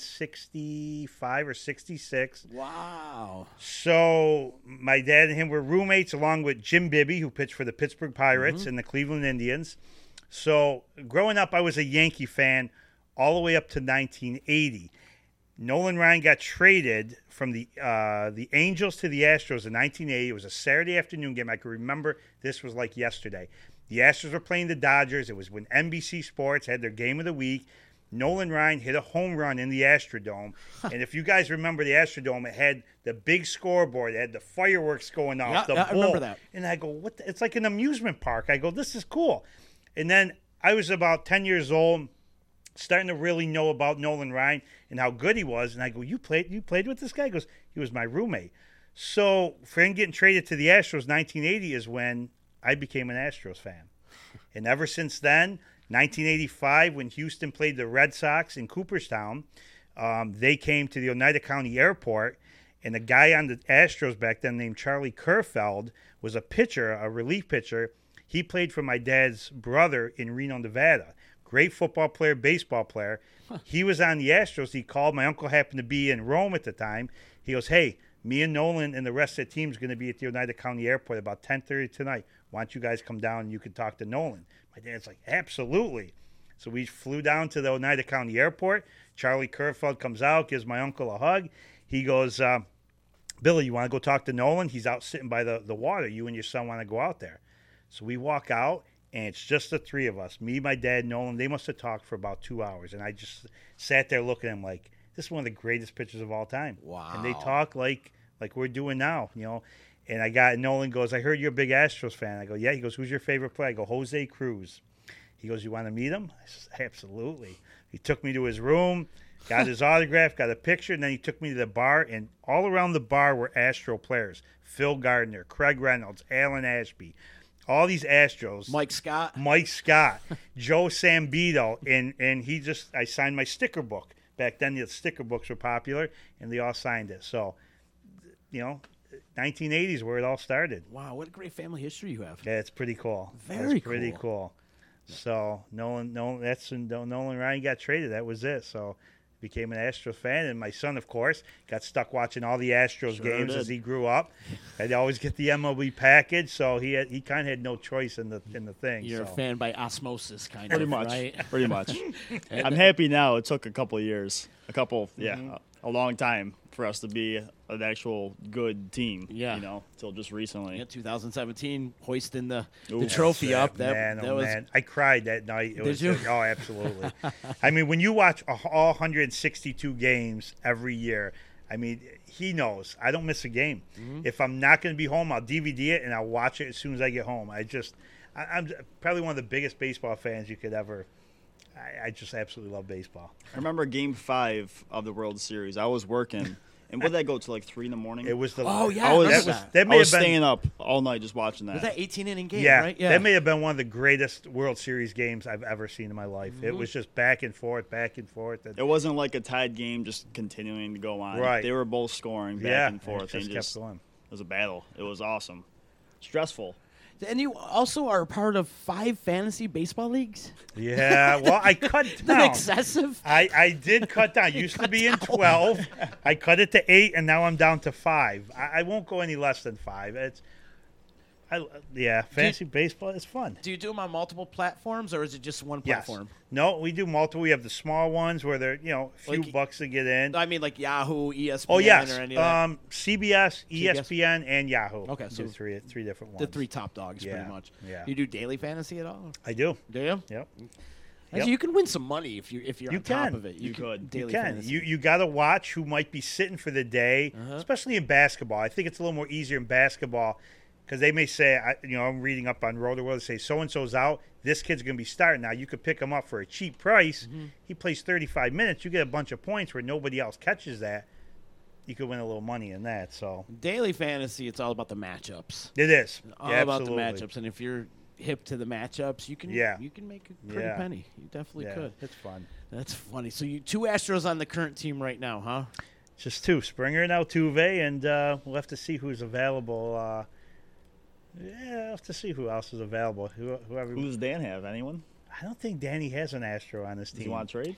I: 1965 or 66.
H: Wow.
I: So my dad and him were roommates, along with Jim Bibby, who pitched for the Pittsburgh Pirates and the Cleveland Indians. So growing up, I was a Yankee fan all the way up to 1980. Nolan Ryan got traded from the uh, the Angels to the Astros in 1980. It was a Saturday afternoon game. I can remember this was like yesterday. The Astros were playing the Dodgers. It was when NBC Sports had their game of the week. Nolan Ryan hit a home run in the Astrodome. and if you guys remember the Astrodome, it had the big scoreboard, it had the fireworks going off.
H: Yeah,
I: the
H: yeah, I remember
I: bull.
H: that.
I: And I go, what? The-? It's like an amusement park. I go, this is cool. And then I was about 10 years old starting to really know about Nolan Ryan and how good he was. And I go, you played, you played with this guy? He goes, he was my roommate. So for him getting traded to the Astros, 1980 is when I became an Astros fan. And ever since then, 1985, when Houston played the Red Sox in Cooperstown, um, they came to the Oneida County Airport, and a guy on the Astros back then named Charlie Kerfeld was a pitcher, a relief pitcher. He played for my dad's brother in Reno, Nevada. Great football player, baseball player. He was on the Astros. He called. My uncle happened to be in Rome at the time. He goes, "Hey, me and Nolan and the rest of the team's going to be at the Oneida County Airport about 10:30 tonight. Why don't you guys come down and you can talk to Nolan?" My dad's like, "Absolutely." So we flew down to the Oneida County Airport. Charlie Kerfeld comes out, gives my uncle a hug. He goes, uh, "Billy, you want to go talk to Nolan? He's out sitting by the the water. You and your son want to go out there?" So we walk out, and it's just the three of us me, my dad, Nolan. They must have talked for about two hours. And I just sat there looking at him like, this is one of the greatest pitchers of all time. Wow. And they talk like like we're doing now, you know. And I got Nolan goes, I heard you're a big Astros fan. I go, yeah. He goes, who's your favorite player? I go, Jose Cruz. He goes, you want to meet him? I says, absolutely. He took me to his room, got his autograph, got a picture, and then he took me to the bar. And all around the bar were Astro players: Phil Gardner, Craig Reynolds, Alan Ashby, all these Astros.
H: Mike Scott.
I: Mike Scott, Joe Sambito, and and he just I signed my sticker book. Back then the sticker books were popular and they all signed it. So you know, 1980s where it all started.
H: Wow, what a great family history you have.
I: Yeah, it's pretty cool.
H: Very
I: that's pretty cool. So Nolan, Nolan, that's when Nol- Nolan Ryan got traded. That was it. So became an Astros fan, and my son, of course, got stuck watching all the Astros games as he grew up. I'd always get the MLB package, so he had, he kind of had no choice in the in the thing.
H: You're a
I: so.
H: fan by osmosis, kind
J: Pretty
H: of.
J: much.
H: Right? Mm-hmm.
J: Pretty much. I'm happy now. It took a couple of years. A couple, yeah, uh, a long time for us to be an actual good team.
H: Yeah.
J: you know, till just recently.
H: Yeah, 2017, hoisting the,
J: Ooh,
H: the trophy
J: that's
H: up. That,
I: man,
H: that
I: oh
H: was
I: man, I cried that night. It
H: Did
I: was
H: you?
I: like, oh, absolutely. I mean, when you watch a- all 162 games every year, I mean, he knows I don't miss a game. If I'm not going to be home, I'll DVD it and I'll watch it as soon as I get home. I just, I, I'm probably one of the biggest baseball fans you could ever. I, I just absolutely love baseball.
J: I remember Game Five of the World Series. I was working, and would that go to like three in the morning?
I: It was the
H: Oh, yeah, I
J: I was,
H: remember
J: that was,
H: that.
J: that
I: may
J: I was
I: have been-
J: staying up all night just watching that.
H: was that 18 inning game,
I: yeah,
H: right?
I: that may have been one of the greatest World Series games I've ever seen in my life. It was just back and forth, back and forth. and-
J: it wasn't like a tied game just continuing to go on.
I: Right.
J: They were both scoring back
I: yeah,
J: and forth.
I: It just
J: and
I: kept going.
J: It was a battle. It was awesome. Stressful.
H: and you also are part of five fantasy baseball leagues.
I: Yeah, well, I cut
H: Is that
I: down.
H: excessive?
I: I, I did cut down. Used to be in 12. I cut it to 8, and now I'm down to 5. I, I won't go any less than 5. It's, I, yeah, fantasy baseball is fun.
H: Do you do them on multiple platforms, or is it just one
I: Yes.
H: platform?
I: No, we do multiple. We have the small ones where they're, you know, a few
H: Like-
I: bucks to get in.
H: I mean, like Yahoo, E ESPN,
I: Oh, yes.
H: or any of that.
I: Um, CBS,
H: CBS?
I: ESPN, and Yahoo.
H: Okay, so-
I: Do three, three different ones.
H: the three top dogs,
I: Yeah,
H: pretty much.
I: yeah.
H: You do daily fantasy at all?
I: I do.
H: Do you?
I: Yep.
H: Actually,
I: Yep.
H: You can win some money if you if you're
I: You
H: on top
I: can.
H: of it.
J: You could.
H: daily
I: you can.
H: fantasy. Uh-huh.
I: You you got to watch who might be sitting for the day, especially in basketball. I think it's a little more easier in basketball because they may say, I, you know, I'm reading up on Roto World. They say so and so's out. This kid's going to be starting now. You could pick him up for a cheap price.
H: Mm-hmm.
I: He plays 35 minutes. You get a bunch of points where nobody else catches that. You could win a little money in that. So
H: daily fantasy, it's all about the matchups.
I: it is
H: All
I: Yeah,
H: about
I: absolutely.
H: the matchups, and if you're hip to the matchups, you can
I: Yeah.
H: you can make a pretty
I: Yeah.
H: penny. You definitely
I: Yeah,
H: could.
I: it's fun.
H: That's funny. So you two Astros on the current team right now, huh?
I: Just two, Springer and Altuve, and uh, we'll have to see who's available. Uh, yeah, we'll have to see who else is available. Who, whoever
J: Who does Dan have? Anyone?
I: I don't think Danny has an Astro on his
J: Does
I: team.
J: he want to trade?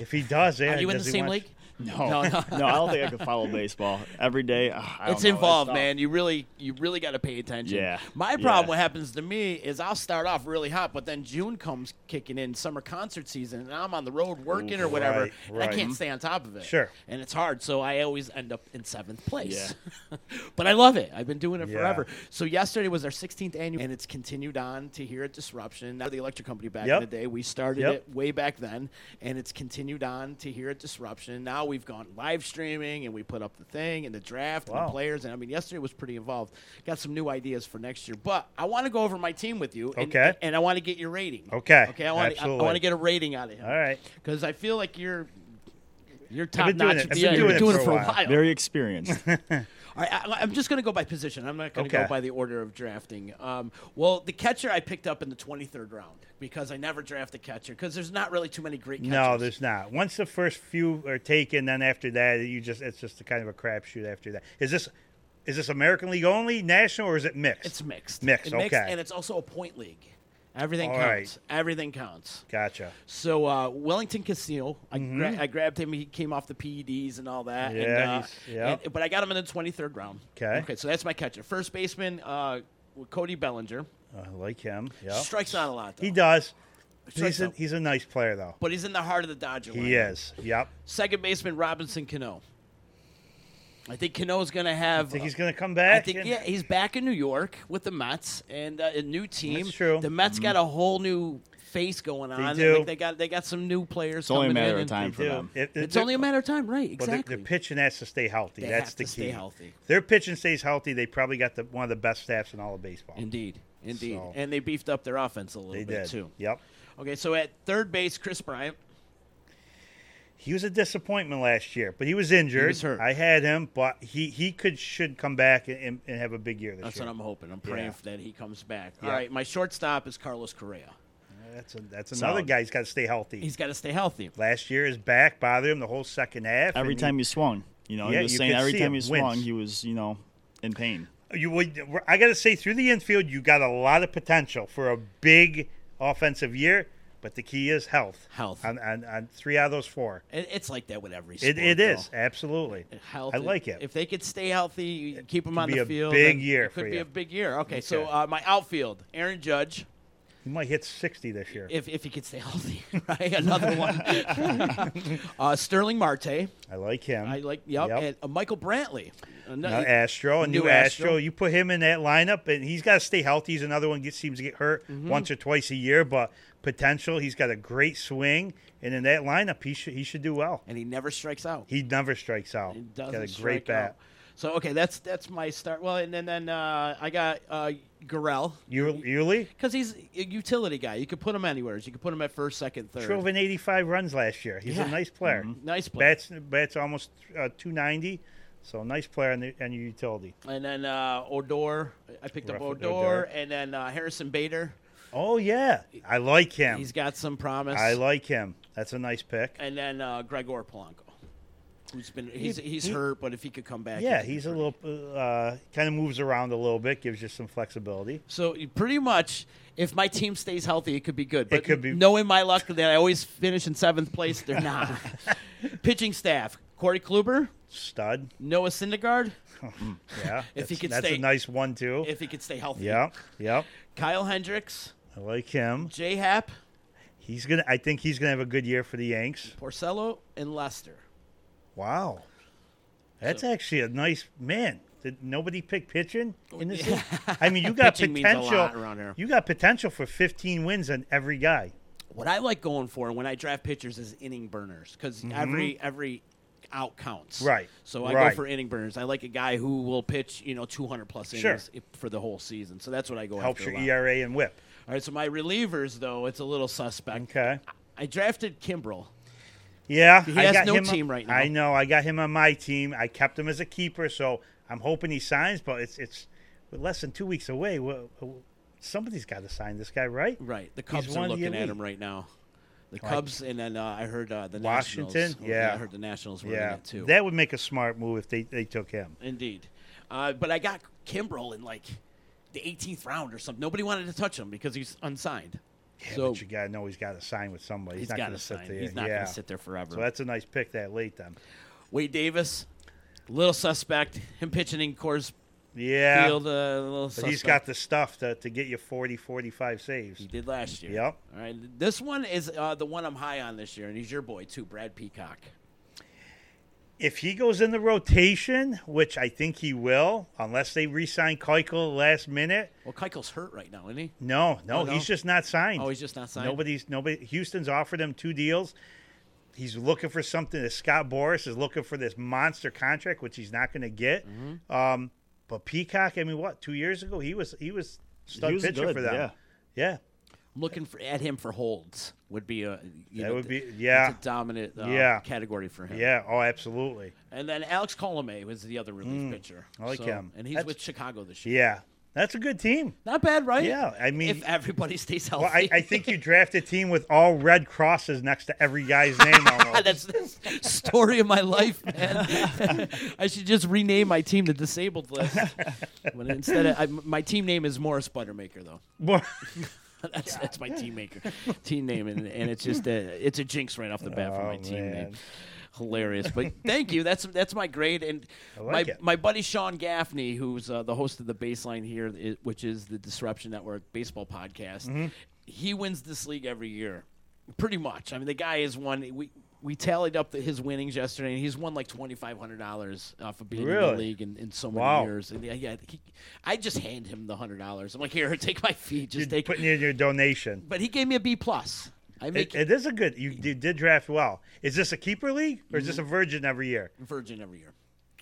I: if he does, yeah,
H: Are you in the
I: does he
H: same
I: want-
H: league?
J: No.
H: No, no.
J: I don't think I could follow baseball every day. Ah, I don't
H: it's
J: know.
H: involved,
J: tough.
H: man. You really, you really got to pay attention.
J: Yeah,
H: My
J: yeah.
H: problem, what happens to me is I'll start off really hot, but then June comes kicking in, summer concert season, and I'm on the road working or whatever.
I: Right,
H: and I
I: right.
H: can't stay on top of it.
I: Sure.
H: And it's hard, so I always end up in seventh place. but I love it. I've been doing it
I: Yeah.
H: forever. So yesterday was our 16th annual, and it's continued on to here at Disruption. Now the electric company back
I: Yep.
H: in the day, we started
I: Yep.
H: it way back then, and it's continued on to here at Disruption. Now we've gone live streaming, and we put up the thing and the draft and
I: Wow.
H: the players. And I mean, yesterday was pretty involved. Got some new ideas for next year, but I want to go over my team with you. and-
I: Okay.
H: And I want to get your rating.
I: Okay,
H: Okay. I want. I, I
I: absolutely.
H: want to get a rating out of him.
I: All right.
H: Because I feel like you're. You're top
I: doing
H: notch.
I: it-
H: at
I: I've
H: the
I: been
H: end.
I: doing
H: You're
I: it for a while.
J: Very experienced.
H: all right, I, I'm just going to go by position. I'm not going to go
I: Okay.
H: by the order of drafting. Um, well, the catcher I picked up in the 23rd round because I never draft a catcher because there's not really too many great catchers.
I: No, there's not. Once the first few are taken, then after that, you just it's just a kind of a crapshoot. After that, is this is this American League only, national, or is it mixed?
H: It's mixed.
I: Mixed,
H: It's
I: okay.
H: and it's also a point league. Everything
I: All
H: counts.
I: right.
H: Everything counts.
I: gotcha.
H: So uh, Wellington Casino, I,
I: Mm-hmm.
H: gra- I grabbed him. He came off the PEDs and all that. and,
I: Yeah,
H: uh,
I: he's- yeah.
H: and- but I got him in the 23rd round.
I: 'Kay.
H: Okay, so that's my catcher. First baseman, uh, Cody Bellinger.
I: Uh, I like him. Yeah,
H: Strikes not a lot, though.
I: he does.
H: Strikes
I: He's a,
H: out.
I: he's a nice player though.
H: But he's in the heart of the Dodger
I: He
H: lineup.
I: is. Yep.
H: Second baseman Robinson Cano. I think Cano's going to have. uh,
I: I think he's gonna come
H: I
I: back.
H: think
I: and-
H: yeah, he's back in New York with the Mets and uh, a new team.
I: That's true. Mm-hmm.
H: The Mets got a whole new face going on. I
I: do.
H: think They got they got some new players.
J: It's only a
H: coming
J: matter
H: in
J: of
H: and-
J: time for
I: Dude,
J: them.
I: if- if
H: It's
I: they're-
H: only a matter of time, right?
I: Well, their,
H: Exactly.
I: their pitching has to stay healthy.
H: They
I: That's
H: have
I: the
H: to
I: key.
H: stay healthy.
I: Their pitching stays healthy. They probably got the, one of the best staffs in all of baseball.
H: Indeed, indeed,
I: So-
H: and they beefed up their offense a little
I: They
H: bit
I: did.
H: too.
I: Yep.
H: Okay, so at third base, Chris Bryant.
I: He was a disappointment last year, but he was injured.
H: was hurt.
I: I had him, but he, he could should come back and, and have a big year this
H: That's
I: year.
H: what I'm hoping. I'm praying
I: Yeah.
H: for that he comes back.
I: Yeah.
H: All right, my shortstop is Carlos Correa.
I: that's a, that's another
J: Solid.
I: guy. He's got to stay healthy.
H: He's got to stay healthy.
I: last year his back bothered him the whole second half.
J: Every
I: and
J: time you swung, you know,
I: Yeah,
J: he was
I: you
J: saying
I: could
J: every
I: see
J: time
I: him
J: he swung,
I: wince.
J: he was, you know, in pain.
I: you, you would, I got to say through the infield, you got a lot of potential for a big offensive year, but the key is health.
H: Health.
I: on, on, on three out of those four.
H: It, it's like that with every. Sport,
I: It, it
H: though.
I: is absolutely.
H: health.
I: I like it.
H: If they could stay healthy, you keep them on
I: be
H: the
I: a
H: field.
I: big
H: then
I: year
H: It could
I: for
H: be
I: you.
H: a big year. Okay, so
I: Okay.
H: uh, my outfield, Aaron Judge.
I: He might hit 60 this year.
H: if if he could stay healthy, right? Another one. uh, Sterling Marte.
I: I like him.
H: I like. Yep.
I: Yep.
H: And uh, Michael Brantley. Uh, Ano-
I: Now Astro, a new, Astro.
H: Astro.
I: You put him in that lineup, and he's got to stay healthy. He's another one gets seems to get hurt
H: Mm-hmm.
I: once or twice a year, but potential. He's got a great swing, and in that lineup, he should he should do well.
H: And he never strikes out.
I: He never strikes out.
H: He
I: He's
H: doesn't
I: got a
H: strike
I: great
H: out.
I: bat.
H: So okay, that's that's my start. Well, and then then uh, I got uh, Gurrell
I: You Yuli
H: because he's a utility guy. You could put him anywhere. You could put him at first, second, third.
I: drove in 85 runs last year. He's
H: Yeah. Mm-hmm.
I: a nice player.
H: Nice player.
I: Bats bats almost uh, 290, so nice player on, the, on your utility.
H: And then uh, Odor. I picked up
I: Rafa
H: Odor,
I: Odor.
H: and then uh, Harrison Bader.
I: Oh yeah, I like him.
H: He's got some promise.
I: I like him. That's a nice pick.
H: and then uh, Gregor Polanco, who's been he's he's
I: he-
H: hurt, but if he could come back, he
I: Yeah,
H: could be
I: he's a
H: great.
I: little uh, kind of moves around a little bit, gives you some flexibility.
H: So you- pretty much, if my team stays healthy, it could be good. But
I: could be-
H: knowing my luck that I always finish in seventh place, they're not. Pitching staff: Corey Kluber,
I: Stud.
H: Noah Syndergaard,
I: Yeah.
H: If he
I: that's-
H: could
I: that's
H: stay-
I: a nice one too.
H: if he could stay healthy.
I: yeah, yeah.
H: Kyle Hendricks,
I: I like him.
H: J. Happ,
I: He's gonna. I think he's gonna have a good year for the Yanks.
H: Porcello, and Lester.
I: Wow, that's actually a nice man. Did nobody pick pitching in this? league? I mean, you got
H: Oh, Pitching means a
I: potential.
H: lot around here.
I: You got potential for 15 wins on every guy.
H: What I like going for when I draft pitchers is inning burners because every every out counts.
I: Mm-hmm. Right,
H: So I
I: right.
H: go for inning burners. I like a guy who will pitch you know 200 plus
I: Sure.
H: innings i- for the whole season. So that's what I go
I: Helps
H: after.
I: your E
H: a lot.
I: ERA and WHIP.
H: All right. So my relievers though, it's a little suspect.
I: Okay.
H: I drafted Kimbrel.
I: Yeah,
H: He
I: I
H: has
I: got
H: no
I: him-
H: team right now.
I: I know. I got him on my team. I kept him as a keeper, so I'm hoping he signs. But it's it's less than two weeks away. Well, uh, somebody's got to sign this guy, right?
H: Right. The
I: He's
H: Cubs
I: one
H: are
I: of the
H: looking at
I: elite.
H: him right now. The Cubs and then uh, I heard uh, the
I: Washington?
H: Nationals. I
I: Yeah.
H: heard the Nationals were in
I: Yeah,
H: it too.
I: that would make a smart move if they, they took him.
H: Indeed. Uh, but I got Kimbrel in like the 18th round or something. Nobody wanted to touch him because he's unsigned.
I: Yeah,
H: so
I: but you gotta know he's got to sign with somebody.
H: he's
I: not
H: got
I: gonna
H: to
I: sit
H: sign.
I: there.
H: He's not
I: yeah.
H: going to sit there forever.
I: So that's a nice pick that late then.
H: Wade Davis, little suspect. Him pitching in Coors
I: Yeah,
H: Field, uh, little
I: but
H: suspect.
I: he's got the stuff to, to get you 40, 45 saves.
H: He did last year.
I: Yep.
H: All right. This one is uh, the one I'm high on this year, and he's your boy too, Brad Peacock.
I: If he goes in the rotation, which I think he will, unless they re-sign Keuchel last minute.
H: Well, Keuchel's hurt right now, isn't he?
I: No, no,
H: Oh, no?
I: he's just not signed.
H: Oh, he's just not signed?
I: Nobody's nobody. Houston's offered him two deals. He's looking for something. Scott Boris is looking for this monster contract, which he's not going to get.
H: Mm-hmm.
I: Um, but Peacock, I mean, what two years ago he was he was stud
J: He was
I: pitcher
J: good,
I: for them.
J: yeah.
I: yeah.
H: I'm looking for at him for holds. Would be a you
I: That
H: know,
I: would be-
H: th-
I: yeah.
H: that's a dominant uh,
I: Yeah.
H: category for him.
I: Yeah, oh, absolutely.
H: And then Alex Colomay was the other relief pitcher.
I: Mm. I like
H: So-
I: him.
H: And he's
I: That's-
H: with Chicago this year.
I: Yeah, that's a good team.
H: Not bad, right?
I: Yeah, I mean-
H: if everybody stays healthy.
I: Well, I, I think you draft a team with all red crosses next to every guy's name.
H: God,
I: Almost.
H: that's the story of my life, man. I should just rename my team the Disabled List. When instead, of, I, my team name is Morris Buttermaker, though.
I: More-
H: That's that's my team maker, team name, and, and it's just a it's a jinx right off the bat for my
I: Oh,
H: team name.
I: man.
H: Hilarious, but thank you. That's that's my grade, and
I: like
H: my
I: it.
H: my buddy Sean Gaffney, who's uh, the host of the Baseline here, i- which is the Disruption Network baseball podcast.
I: Mm-hmm.
H: He wins this league every year, pretty much. I mean, the guy has won. We we tallied up the, his winnings yesterday, and he's won like twenty five hundred dollars off of being in
I: Really?
H: the league in, in so many
I: Wow.
H: years. And yeah, yeah, he, I just hand him the hundred dollars. I'm like, here, take my fee. Just
I: You're
H: take
I: putting in your donation.
H: but he gave me a B plus. I make
I: It, it is a good. You, you did draft well. Is this a keeper league or is this a virgin every year?
H: Virgin every year.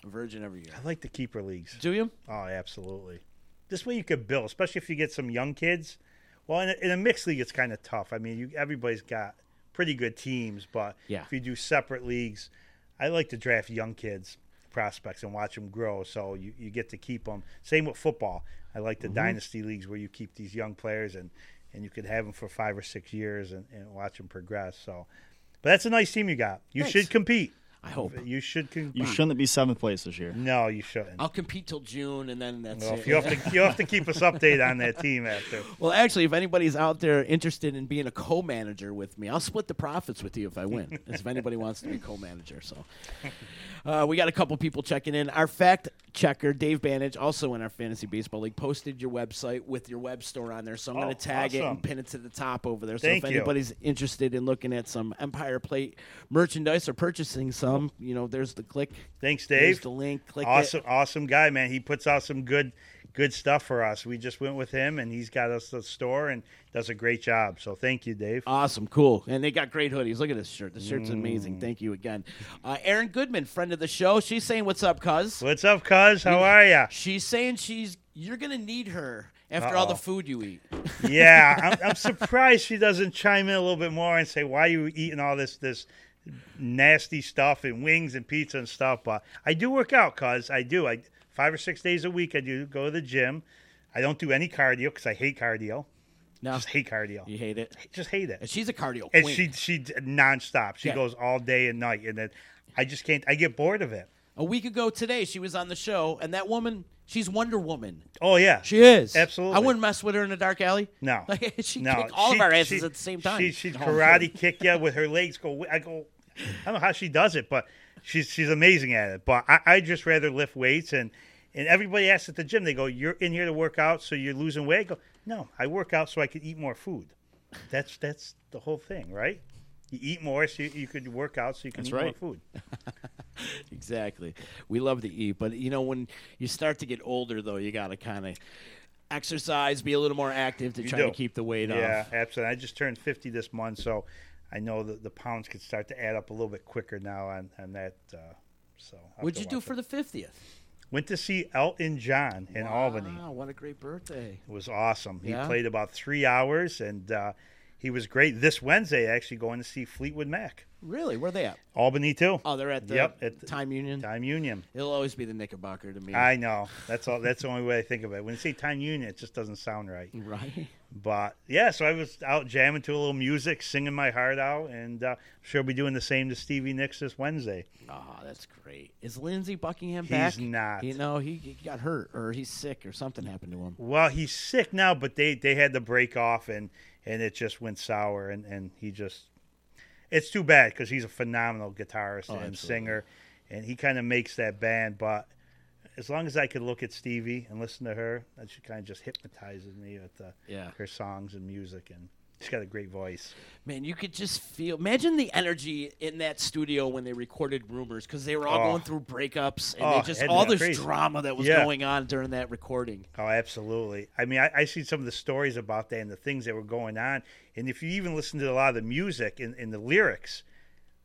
H: Virgin every year.
I: I like the keeper leagues.
H: Do you?
I: Oh, absolutely. This way you could build, especially if you get some young kids. Well, in a, in a mixed league, it's kind of tough. I mean, you, everybody's got pretty good teams, but
H: Yeah.
I: if you do separate leagues, I like to draft young kids, prospects, and watch them grow. So you, you get to keep them. Same with football. I like
H: Mm-hmm.
I: the dynasty leagues where you keep these young players and, and you could have them for five or six years and, and watch them progress. So, but that's a nice team you got. You
H: Thanks. Oh.
I: should compete.
H: I hope.
I: You should compete.
J: You shouldn't be seventh place this year.
I: no, you shouldn't.
H: I'll compete till June, and then that's
I: Well,
H: it.
I: if you have to, you have to keep us updated on that team after.
H: Well, actually, if anybody's out there interested in being a co-manager with me, I'll split the profits with you if I win. if anybody wants to be co-manager, so uh, we got a couple people checking in. Our fact checker Dave Bandage, also in our fantasy baseball league, posted your website with your web store on there. So I'm
I: Oh,
H: going to tag it
I: awesome.
H: and pin it to the top over there.
I: Thank
H: so if
I: you.
H: anybody's interested in looking at some Empire Plate merchandise or purchasing some, you know, there's the click.
I: Thanks,
H: There's
I: Dave.
H: the link. Click it.
I: awesome, awesome guy, man. He puts out some good, good stuff for us. We just went with him, and he's got us the store and does a great job. So thank you, Dave.
H: Awesome, cool, and they got great hoodies. Look at this shirt. The shirt's
I: Mm.
H: amazing. Thank you again, uh, Aaron Goodman, friend of the show. She's saying, "What's up, Cuz?"
I: What's up, Cuz? How are ya?
H: She's saying she's you're gonna need her after all the food you eat.
I: Yeah, I'm, I'm surprised she doesn't chime in a little bit more and say, "Why are you eating all this this nasty stuff and wings and pizza and stuff?" But I do work out, cause I do. I five or six days a week. I do go to the gym. I don't do any cardio because I hate cardio.
H: No.
I: Just hate cardio.
H: You hate it.
I: Just hate it.
H: And she's a cardio queen.
I: and she she d- nonstop. She
H: Yeah.
I: goes all day and night, and then I just can't. I get bored of it.
H: a week ago today, she was on the show, and that woman, she's Wonder Woman.
I: Oh yeah,
H: She is
I: Absolutely.
H: I wouldn't mess with her in a dark alley.
I: No,
H: like, she
I: no.
H: kicked all
I: She-
H: of our asses
I: she-
H: at the same time. Oh,
I: She she'd karate kick you with her legs. Go, I go. I don't know how she does it, but she's she's amazing at it. But I I just rather lift weights and and everybody asks at the gym. They go, "You're in here to work out, so you're losing weight." I go, "No, I work out so I could eat more food. That's that's the whole thing, right? You eat more so you, you could work out so you can eat
J: right.
I: more food.
H: Exactly. We love to eat, but you know when you start to get older, though, you gotta kind of exercise, be a little more active to try to
I: do.
H: keep the weight
I: yeah,
H: off.
I: absolutely. I just turned 50 this month, so I know that the pounds could start to add up a little bit quicker now on on that. Uh, so I'll have
H: What'd
I: to
H: you do
I: watch it.
H: for the fiftieth?
I: Went to see Elton John in Albany.
H: Wow, Ah, what a great birthday!
I: It was awesome. He
H: Yeah?
I: played about three hours, and uh, he was great. This Wednesday, actually, going to see Fleetwood Mac,
H: Really, where they at?
I: Albany too.
H: Oh, they're at the
I: Yep, at the-
H: Time Union.
I: Time Union.
H: It'll always be the Knickerbocker to me.
I: I know. That's all. That's the only way I think of it. When you say Time Union, it just doesn't sound right.
H: right.
I: But yeah, so I was out jamming to a little music, singing my heart out, and uh, I'm sure I'll be doing the same to Stevie Nicks this Wednesday.
H: Oh, that's great. Is Lindsey Buckingham
I: He's
H: back?
I: not.
H: You know, he, he got hurt or he's sick or something happened to him.
I: Well, he's sick now, but they they had to break off, and and it just went sour, and and he just, it's too bad because he's a phenomenal guitarist and singer, and he kind of makes that band, but. As long as I could look at Stevie and listen to her, that she kind of just hypnotizes me with the,
H: Yeah.
I: her songs and music, and she's got a great voice.
H: Man, you could just feel. Imagine the energy in that studio when they recorded Rumors because they were all
I: Oh.
H: going through breakups and
I: Oh,
H: they just
I: had to
H: all
I: be
H: this
I: crazy.
H: drama that was
I: Yeah.
H: going on during that recording.
I: Oh, absolutely. I mean, I, I see some of the stories about that and the things that were going on. And if you even listen to a lot of the music and, and the lyrics,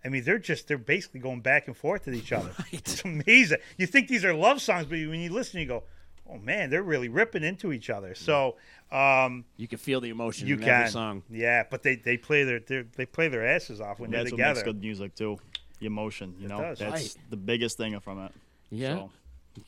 I: I mean, they're just, they're basically going back and forth with each other. It's amazing. You think these are love songs, but when you listen, you go, oh man, they're really ripping into each other. So, um,
H: You could feel the emotion
I: you
H: in
I: can,
H: every song.
I: yeah, but they, they play their, their, they play their asses off when
J: That's
I: they're
J: what makes
I: together.
J: good music too. The emotion, you know,
I: does.
J: that's the biggest thing from it.
H: Yeah.
J: So,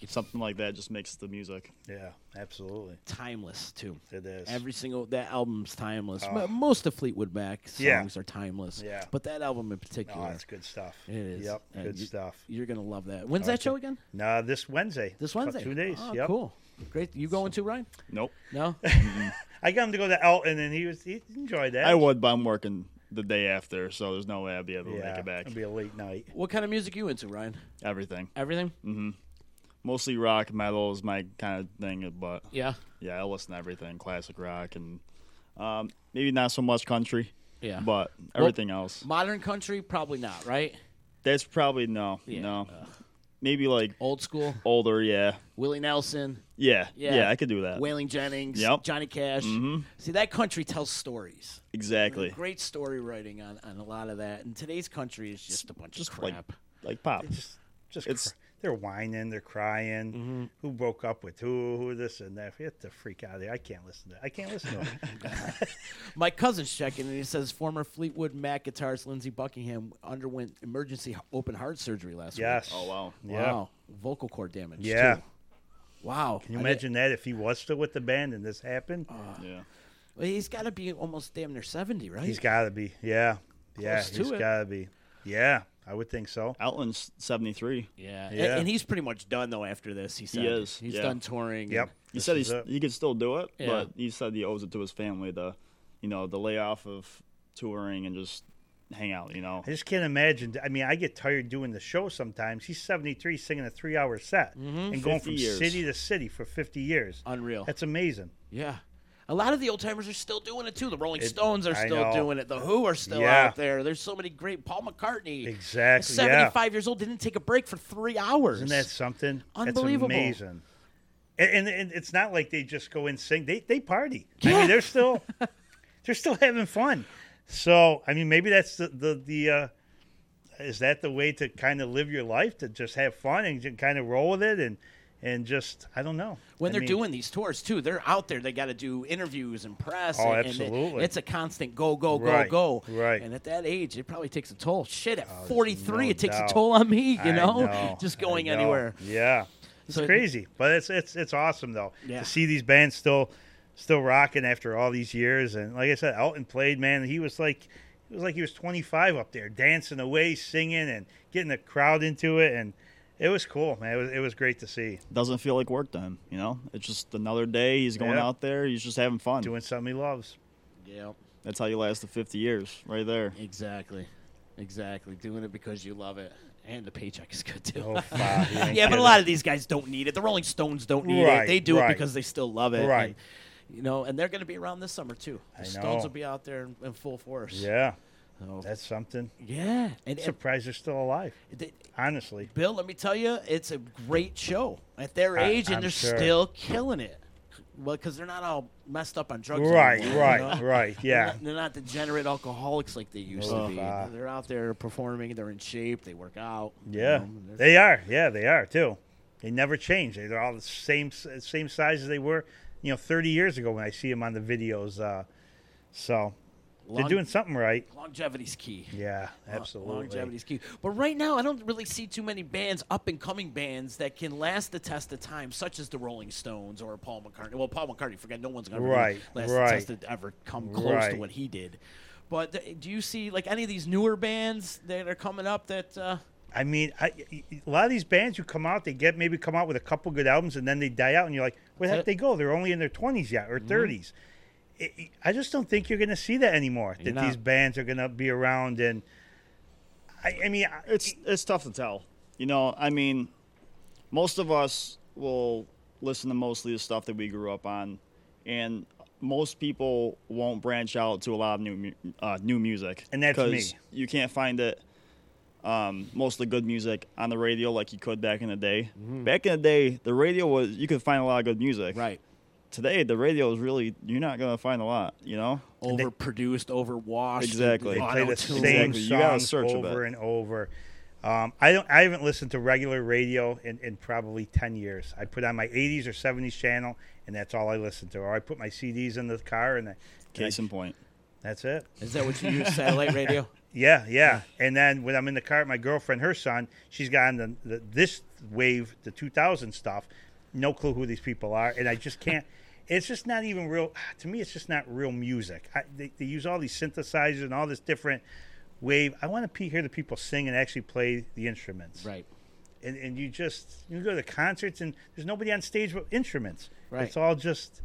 J: something like that just makes the music.
I: Yeah, absolutely.
H: Timeless too.
I: It is. Oh.
H: Every single that album's timeless. M- Most of Fleetwood Mac songs
I: Yeah.
H: are timeless.
I: Yeah.
H: But that album in particular,
I: oh, that's good stuff.
H: it is.
I: Yep,
H: And
I: good
H: you-
I: stuff.
H: You're gonna love that. When's that show again?
I: Nah, this Wednesday.
H: This
I: About
H: Wednesday.
I: Two days.
H: Oh,
I: yep.
H: Cool. Great. You going too, Ryan?
J: Nope.
H: No.
I: I got him to go to Elton, and he was he enjoyed that.
J: I would, but I'm working the day after, so there's no way I'd be able to
I: yeah,
J: make it back.
I: It'll be a late night.
H: what kind of music you into, Ryan?
J: Everything.
H: Everything?
J: Mostly rock, metal is my kind of thing, but
H: Yeah.
J: yeah, I listen to everything. Classic rock and um, maybe not so much country.
H: Yeah.
J: But everything else.
H: Modern country, probably not, right?
J: That's probably no. No.
H: uh,
J: Maybe like
H: Old school,
J: older, yeah.
H: Willie Nelson,
J: Yeah.
H: Yeah.
J: Yeah, I could do
I: Uh,
J: that.
H: Waylon Jennings,
J: Yep.
H: Johnny Cash.
I: Mm-hmm.
H: See, that country tells stories.
J: exactly.
H: Great story writing on, on a lot of that. And today's country is just a bunch of
J: like
H: crap.
J: like pop.
I: Just, just
J: It's- Mm-hmm.
I: cr- they're whining, they're crying. Who broke up with who? Who this and that? Get the freak out of there! I can't listen to. I can't listen to. It.
H: My cousin's checking and he says former Fleetwood Mac guitarist Lindsey Buckingham underwent emergency h- open heart surgery last
I: yes.
J: Oh wow.
H: week.
I: Yeah.
H: Wow. Vocal cord damage.
I: Yeah.
H: too. Wow.
I: Can you imagine that if he was still with the band and this happened?
J: Yeah.
H: Well, he's got to be almost damn near 70, right?
I: he's got to be. Yeah. Yeah.
H: Close to
I: He's
H: it.
I: got to be. Yeah. I would think so.
J: Outland's seventy three.
H: yeah. A-
I: Yeah.
H: And he's pretty much done, though, after this. He, said.
J: is,
H: He's
J: yeah.
H: done touring. and-
I: Yep.
J: He
I: This
J: said
I: is
J: he's,
I: it.
J: he could still do it,
H: Yeah.
J: but he said he owes it to his family to, you know, the layoff of touring and just hang out, you know.
I: I just can't imagine. I mean, I get tired doing the show sometimes. He's 73 singing a three hour set and going
J: 50
I: from
J: years.
I: city to city for 50 years.
H: Mm-hmm. Unreal.
I: That's amazing.
H: Yeah. A lot of the old timers are still doing it too. The Rolling
I: It-
H: Stones are
I: I
H: still
I: know.
H: doing it. The Who are still
I: Yeah.
H: out there. There's so many great. Paul McCartney,
I: Exactly, yeah.
H: 75 years old, didn't take a break for three hours.
I: Isn't that something?
H: Unbelievable.
I: That's amazing. And, and, and it's not like they just go and sing. They they party. I mean, they're still they're still having fun. So I mean, maybe that's the the, the uh, is that the way to kind of live your life to just have fun and just kind of roll with it and and just I don't know
H: when
I: I
H: they're
I: mean,
H: doing these tours too they're out there they got to do interviews and press
I: Oh,
H: and- and it-
I: absolutely.
H: it's a constant go go go
I: Right,
H: go
I: right. Oh,
H: and at that age it probably takes a toll shit at 43
I: no
H: it takes
I: doubt.
H: a toll on me
I: I
H: you know,
I: know,
H: just
I: I
H: going
I: know.
H: anywhere
I: Yeah, it's
H: So-
I: crazy, but it's it's it's awesome though
H: Yeah.
I: to see these bands still still rocking after all these years. And like I said, Elton played man. He was like it was like he was 25 up there dancing away, singing, and getting the crowd into it. And it was cool, man. It was it was great to see
J: Doesn't feel like work to him, you know. It's just another day. He's going
I: Yeah.
J: out there. He's just having
H: Um,
J: fun.
I: doing something he loves.
H: yeah
J: That's how you last the 50 years, right there.
H: exactly exactly doing it because you love it and the paycheck is good too
I: Oh, fuck, you ain't
H: yeah but
I: kidding.
H: a lot of these guys don't need it the rolling stones don't need it
I: Right,
H: they do
I: right.
H: it because they still love it
I: Right.
H: And, you know and they're going to be around this summer too the
I: I know.
H: stones will be out there in, in full force
I: yeah,
H: So-
I: that's something.
H: yeah and, and
I: Surprised they're still alive.
H: they-
I: Honestly,
H: Bill, let me tell you, it's a great show at their
I: I-
H: age, and
I: I'm
H: they're
I: sure.
H: still killing it. Well, because they're not all messed up on drugs.
I: right,
H: anymore, you
I: right,
H: know?
I: right.
H: They're
I: Yeah,
H: not- They're not degenerate alcoholics like they used
I: Oh,
H: to be.
I: fuck.
H: They're out there performing. They're in shape. They work out. you
I: Yeah,
H: know, they're-
I: they are. Yeah, they are too. They never change. They're all the same same size as they were, you know, 30 years ago when I see them on the videos. Uh, so
H: Long-
I: they're doing something right.
H: Longevity's key.
I: Yeah, absolutely.
H: Longevity's key. But right now, I don't really see too many bands, up and coming bands, that can last the test of time, such as the Rolling Stones or Paul McCartney. Well, Paul McCartney, forget, no one's going
I: Right,
H: to last the
I: right.
H: test to ever come close to
I: Right.
H: what he did. But th- do you see like any of these newer bands that are coming up that? Uh,
I: I mean, I, a lot of these bands who come out, they get maybe come out with a couple good albums and then they die out, and you're like, where the
H: That's Mm-hmm.
I: heck they go? They're only in their 20s yet or 30s. It- it- I just don't think you're going to see that anymore.
H: You're
I: that these
H: not.
I: bands are going to be around, and I, I mean, I-
J: It's it's tough to tell. You know, I mean, most of us will listen to mostly the stuff that we grew up on, and most people won't branch out to a lot of new mu- uh, new music.
I: And that's
J: 'cause
I: me.
J: You can't find it. Um, mostly good music on the radio like you could back in the day. Back in the day, the radio was you could find a lot of good music. Today, the radio is really you're not gonna find a lot. You know.
H: Overproduced, overwashed.
J: Exactly.
I: They play the
H: auto-tuned.
I: same
J: Exactly. You gotta
I: songs
J: search a
I: over
J: bit.
I: and over. Um, I don't. I haven't listened to regular radio in, in probably ten years. I put on my '80s or '70s channel, and that's all I listen to. Or I put my CDs in the car, and I,
J: Case in point.
I: that's it.
H: Is that what you use? Satellite radio.
I: Yeah, yeah. And then when I'm in the car, with my girlfriend, her son, she's got on the, the this wave, the 2000 stuff. No clue who these people are, and I just can't. It's just not even real. To me, it's just not real music. I, they, they use all these synthesizers and all this different wave. I want to pe- hear the people sing and actually play the instruments.
H: Right.
I: And, and you just you go to concerts and there's nobody on stage with instruments.
H: Right.
I: It's all just.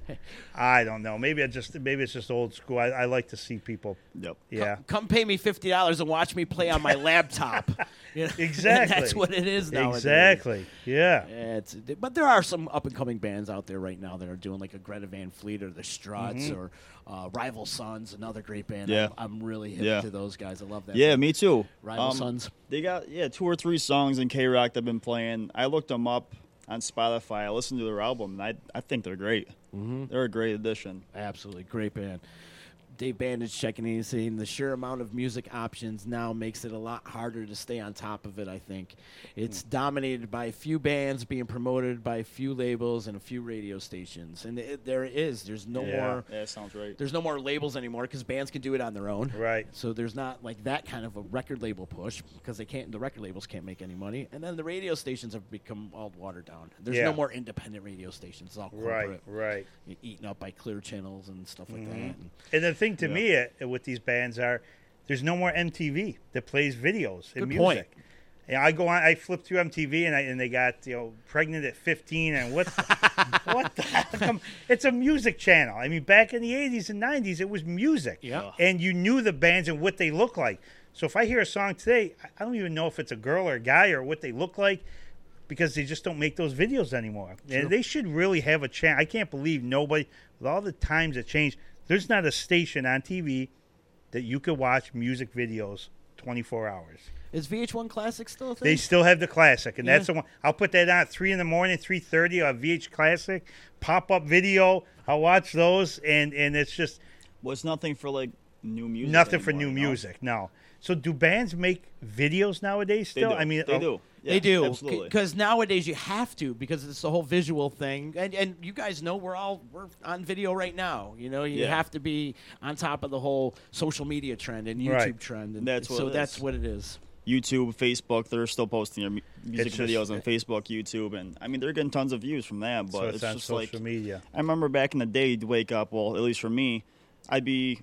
I: I don't know. Maybe I just maybe it's just old school. I, I like to see people.
J: Yep.
I: Yeah.
H: Come, come pay me fifty dollars and watch me play on my laptop. You know,
I: Exactly.
H: That's what it is now.
I: Exactly. Yeah.
H: Yeah, It's, but there are some up and coming bands out there right now that are doing like a Greta Van Fleet or the Struts or uh, Rival Sons, another great band.
J: Mm-hmm. Yeah.
H: I'm, I'm really hip
J: Yeah.
H: to those guys. I love that.
J: Yeah,
H: band.
J: me too.
H: Rival
J: Um,
H: Sons.
J: They got yeah two or three songs in K Rock they've been playing. I looked them up on Spotify. I listened to their album, and I I think they're great. Mm-hmm. They're a great addition.
H: Absolutely great band. Dave Bandage checking in and saying the sheer amount of music options now makes it a lot harder to stay on top of it. I think it's
J: Hmm.
H: dominated by a few bands being promoted by a few labels and a few radio stations, and it, there is there's no
I: Yeah.
H: more
J: Yeah, that sounds right.
H: there's no more labels anymore because bands can do it on their own.
I: Right.
H: So there's not like that kind of a record label push because they can't. The record labels can't make any money, and then the radio stations have become all watered down. There's
I: Yeah.
H: no more independent radio stations. It's all
I: Right.
H: corporate,
I: Right. Mm-hmm.
H: e- eaten up by clear channels and stuff like that. And
I: And the thing to me uh, with these bands are there's no more MTV that plays videos and
H: Good
I: music.
H: point.
I: And I go on. I flip through MTV and I and they got you know pregnant at 15 and what the- what the heck? am- It's a music channel. I mean, back in the 80s and 90s, it was music.
H: Yeah.
I: And you knew the bands and what they looked like. So if I hear a song today, I- I don't even know if it's a girl or a guy or what they look like because they just don't make those videos anymore. And they should really have a chance. I can't believe nobody, with all the times that change, there's not a station on TV that you could watch music videos 24 hours.
H: Is VH1 Classic still a thing?
I: They still have the classic, and that's
H: Yeah.
I: the one. I'll put that on at three in the morning, three thirty on VH Classic, pop up video. I'll watch those, and and it's just
J: Well, it's nothing for like new music.
I: nothing for new
J: anymore, you know?
I: music. No. So do bands make videos nowadays
J: They
I: still?
J: do.
I: I mean,
J: they
I: oh,
J: do.
H: they
J: Yeah,
H: do
J: Absolutely.
H: because nowadays you have to because it's the whole visual thing and and you guys know we're all we're on video right now you know you
J: Yeah.
H: have to be on top of the whole social media trend and youtube
I: Right.
H: trend and
J: That's what
H: so
J: it
H: that's
J: is.
H: what it is
J: YouTube, Facebook, they're still posting their mu- music
I: It's just-
J: videos on Facebook, YouTube, and I mean they're getting tons of views from that. But
I: So it's, on
J: just
I: social
J: like
I: media.
J: I remember back in the day, you'd wake up. Well, at least for me, I'd be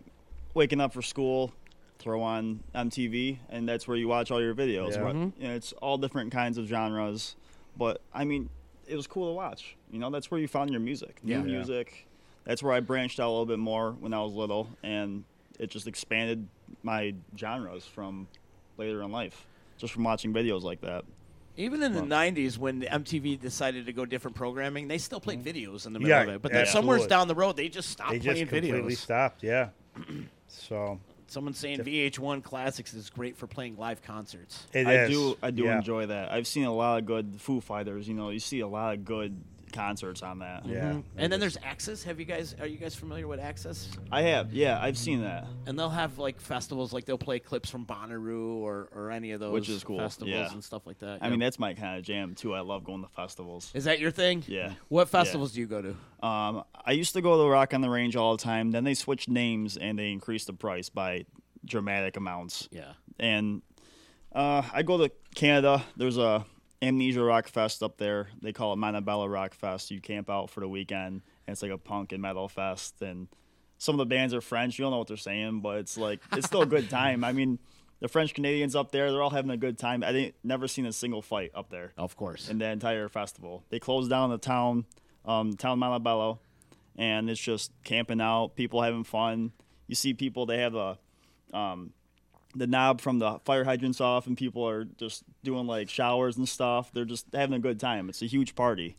J: waking up for school, throw on MTV, and that's where you watch all your videos.
I: Yeah.
J: But, you know, it's all different kinds of genres, but I mean, it was cool to watch. You know, that's where you found your music, new
H: Yeah. Yeah.
J: music. That's where I branched out a little bit more when I was little, and it just expanded my genres from later in life, just from watching videos like that.
H: even in the 90s when the mtv decided to go different programming they still played videos in the middle
I: Yeah,
H: of it but then somewhere
I: absolutely.
H: down the road they just stopped
I: They
H: playing
I: just completely
H: videos
I: stopped. Yeah. So
H: someone's saying vh1 classics is great for playing live concerts
I: it
J: I
I: is.
J: do I do
I: Yeah.
J: enjoy that. I've seen a lot of good Foo Fighters. You know, you see a lot of good concerts on that.
I: Yeah.
H: and then there's access have you guys are you guys familiar with access
J: I have. Yeah, I've seen that.
H: and they'll have like festivals like they'll play clips from Bonnaroo or or any of those
J: Which is cool,
H: festivals
J: yeah.
H: and stuff like that.
J: I mean,
H: Yep.
J: that's my kind of jam too. I love going to festivals.
H: is that your thing?
J: Yeah.
H: What
J: Yeah.
H: festivals do you go to?
J: Um, I used to go to Rock on the Range all the time. Then they switched names and they increased the price by dramatic amounts.
H: Yeah.
J: And uh, I go to Canada. There's a Amnesia Rock Fest up there. They call it Montebello Rock Fest. You camp out for the weekend, and it's like a punk and metal fest. And some of the bands are French. You don't know what they're saying, but it's like it's still a good time. I mean, the French Canadians up there, they're all having a good time. I didn't never seen a single fight up there
H: Of course.
J: in the entire festival. They closed down the town, um, town Malabello, and it's just camping out, people having fun. You see people, they have a, um, the knob from the fire hydrants off, and people are just doing like showers and stuff. They're just having a good time. It's a huge party,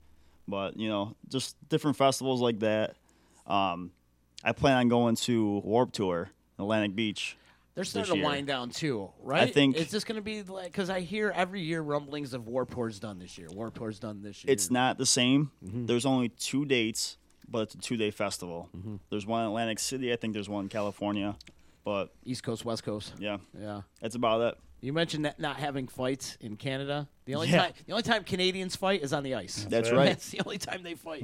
J: but you know, just different festivals like that. Um, I plan on going to Warp Tour, Atlantic Beach.
H: They're starting
J: this
H: to
J: year.
H: wind down too, right?
J: think-
H: it's just going to be like because I hear every year rumblings of War Tour's done this year. War Tour's done this year.
J: It's not the same.
H: Mm-hmm.
J: There's only two dates, but it's a two day festival.
H: Mm-hmm.
J: There's one in Atlantic City. I think there's one in California. But
H: East Coast, West Coast.
J: yeah,
H: Yeah.
J: that's about it.
H: You mentioned that not having fights in Canada. The only
J: Yeah.
H: time the only time Canadians fight is on the ice.
J: That's right. Mm-hmm.
H: That's the only time they fight.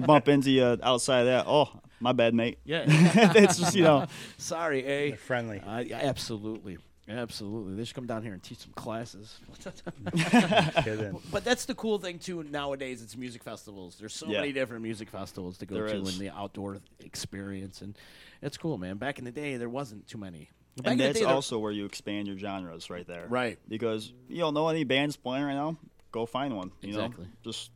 J: bump into you outside of that. Oh, my bad, mate.
H: Yeah.
J: it's just, you know,
H: Sorry, eh?
I: Friendly.
H: Uh, yeah, absolutely. Absolutely. They should come down here and teach some classes.
I: Kidding.
H: But that's the cool thing too. Nowadays, it's music festivals. There's so
J: Yeah.
H: many different music festivals to go
J: There
H: to
J: is.
H: and the outdoor experience, and it's cool, man. Back in the day, there wasn't too many. Back in
J: and
H: the
J: that's
H: day, there-
J: also where you expand your genres right there.
H: Right.
J: Because you don't know any bands playing right now, go find one. You
H: Exactly.
J: know, just,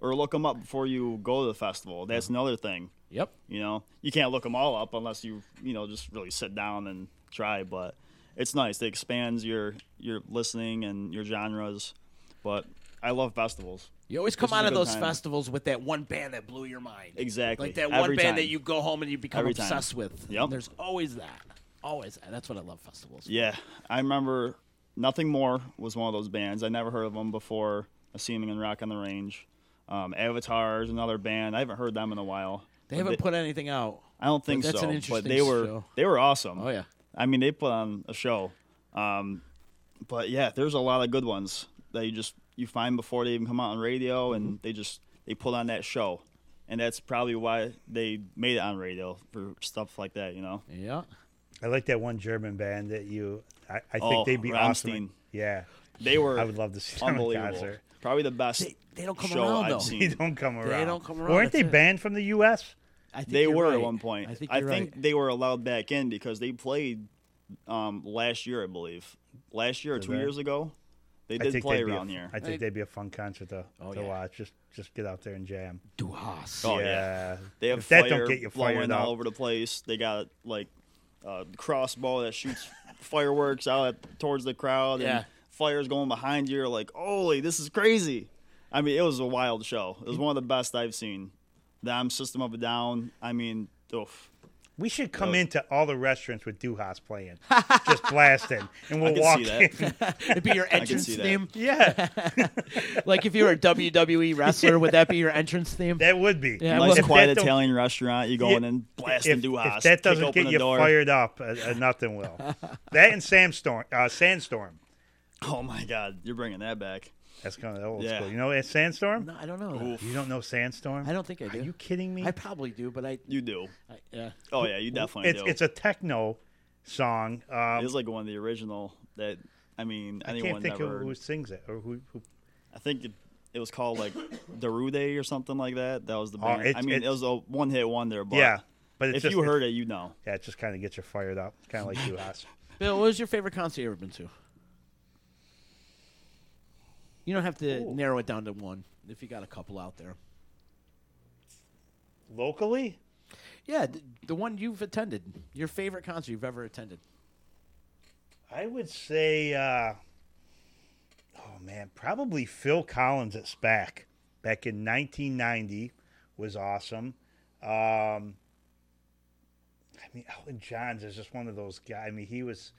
J: or look them up before you go to the festival. That's
H: Mm-hmm.
J: another thing.
H: Yep.
J: You know, you can't look them all up unless you you know just really sit down and try. But it's nice; it expands your your listening and your genres. But I love festivals.
H: You always come
J: This is
H: out
J: a
H: of
J: good
H: those
J: time.
H: festivals with that one band that blew your mind.
J: Exactly.
H: Like that one
J: Every
H: band that
J: time.
H: you go home and you become
J: Every time.
H: obsessed with.
J: Yep.
H: There's always that. Always. that. That's what I love festivals.
J: Yeah, I remember Nothing More was one of those bands. I never heard of them before. I seen them in Rock on the Range. Um, Avatar is another band. I haven't heard them in a while.
H: They
J: But
H: haven't put anything out.
J: I don't think
H: that's
J: so.
H: an
J: but
H: interesting
J: they were
H: show.
J: they were awesome.
H: Oh, yeah.
J: I mean, they put on a show. Um, but yeah, there's a lot of good ones that you just you find before they even come out on radio,
H: Mm-hmm.
J: and they just they put on that show, and that's probably why they made it on radio for stuff like that. You know,
H: Yeah.
I: I like that one German band that you. I, I think
J: Oh,
I: they'd be awesome.
J: Rammstein.
I: Yeah.
J: they were.
I: I would love to see them in
J: unbelievable.
I: concert.
J: Probably the best.
H: They- they don't come
J: show
H: around,
J: I've
H: though.
I: They
J: Seen.
I: don't come around.
H: don't come around,
I: Weren't they
H: that's it.
I: banned from the U.S.?
H: I think
J: They
H: you're
J: were
H: right.
J: at one point.
H: I think,
J: I
H: you're
J: think
H: right.
J: they were allowed back in because they played um, last year, I believe. Last year or two
I: they?
J: years ago, they
I: I
J: did
I: think
J: play
I: they'd be a-
J: around here.
I: I think
H: They-
I: they'd be a fun concert to, to
H: yeah.
I: watch. Just just get out there and jam.
H: Duhas.
J: Oh, yeah.
I: yeah.
J: They have
I: if
J: fire
I: that don't get you
J: blowing
I: fired
J: all
I: up,
J: over the place. They got like a crossbow that shoots fireworks out at, towards the crowd
H: Yeah.
J: and fires going behind you. You're like, holy, this is crazy. I mean, it was a wild show. It was one of the best I've seen. Them, System of a Down. I mean, oof.
I: We should come into all the restaurants with Duhas playing, just blasting, and we'll
J: can see
I: walk
J: that.
I: in.
H: It'd be your
J: can
H: entrance
J: see that.
H: theme.
I: yeah,
H: Like if you were a WWE wrestler, would that be your entrance theme?
I: that would be.
H: Yeah,
J: Nice
H: If that
J: quiet
I: don't-
J: Italian restaurant. You go in and blast
I: if,
J: and do
I: if that doesn't
J: open
I: get
J: the
I: you
J: door.
I: fired up, uh, uh, nothing will. that and Sandstorm. Uh, Sandstorm.
J: Oh my God, you're bringing that back.
I: That's kind of old
J: Yeah.
I: school. You know, it's Sandstorm.
H: No, I don't know.
I: You don't know Sandstorm?
H: I don't think I do.
I: Are you kidding me?
H: I probably do, but I,
J: You do.
H: I yeah.
J: Oh yeah, you definitely
I: it's
J: do.
I: it's a techno song. Um,
J: It's like one of the original that I mean
I: I
J: anyone
I: can't think
J: never.
I: who, who sings it or who. who
J: I think it, it was called like Darude or something like that. That was the
I: Oh,
J: band. I
I: it's-
J: mean, it
I: it's-
J: was a one hit wonder, but
I: yeah, but it's
J: if
I: just,
J: you
I: it-
J: heard it, you know.
I: yeah, it just kind of gets you fired up, kind of like Duhas.
H: Bill, what was your favorite concert you ever been to? You don't have to narrow it down to one if you got a couple out there.
I: Locally,
H: Yeah, the, the one you've attended, your favorite concert you've ever attended.
I: I would say, uh, oh man, probably Phil Collins at SPAC back in 1990 was awesome. Um, I mean, Elton John's is just one of those guys. I mean, he was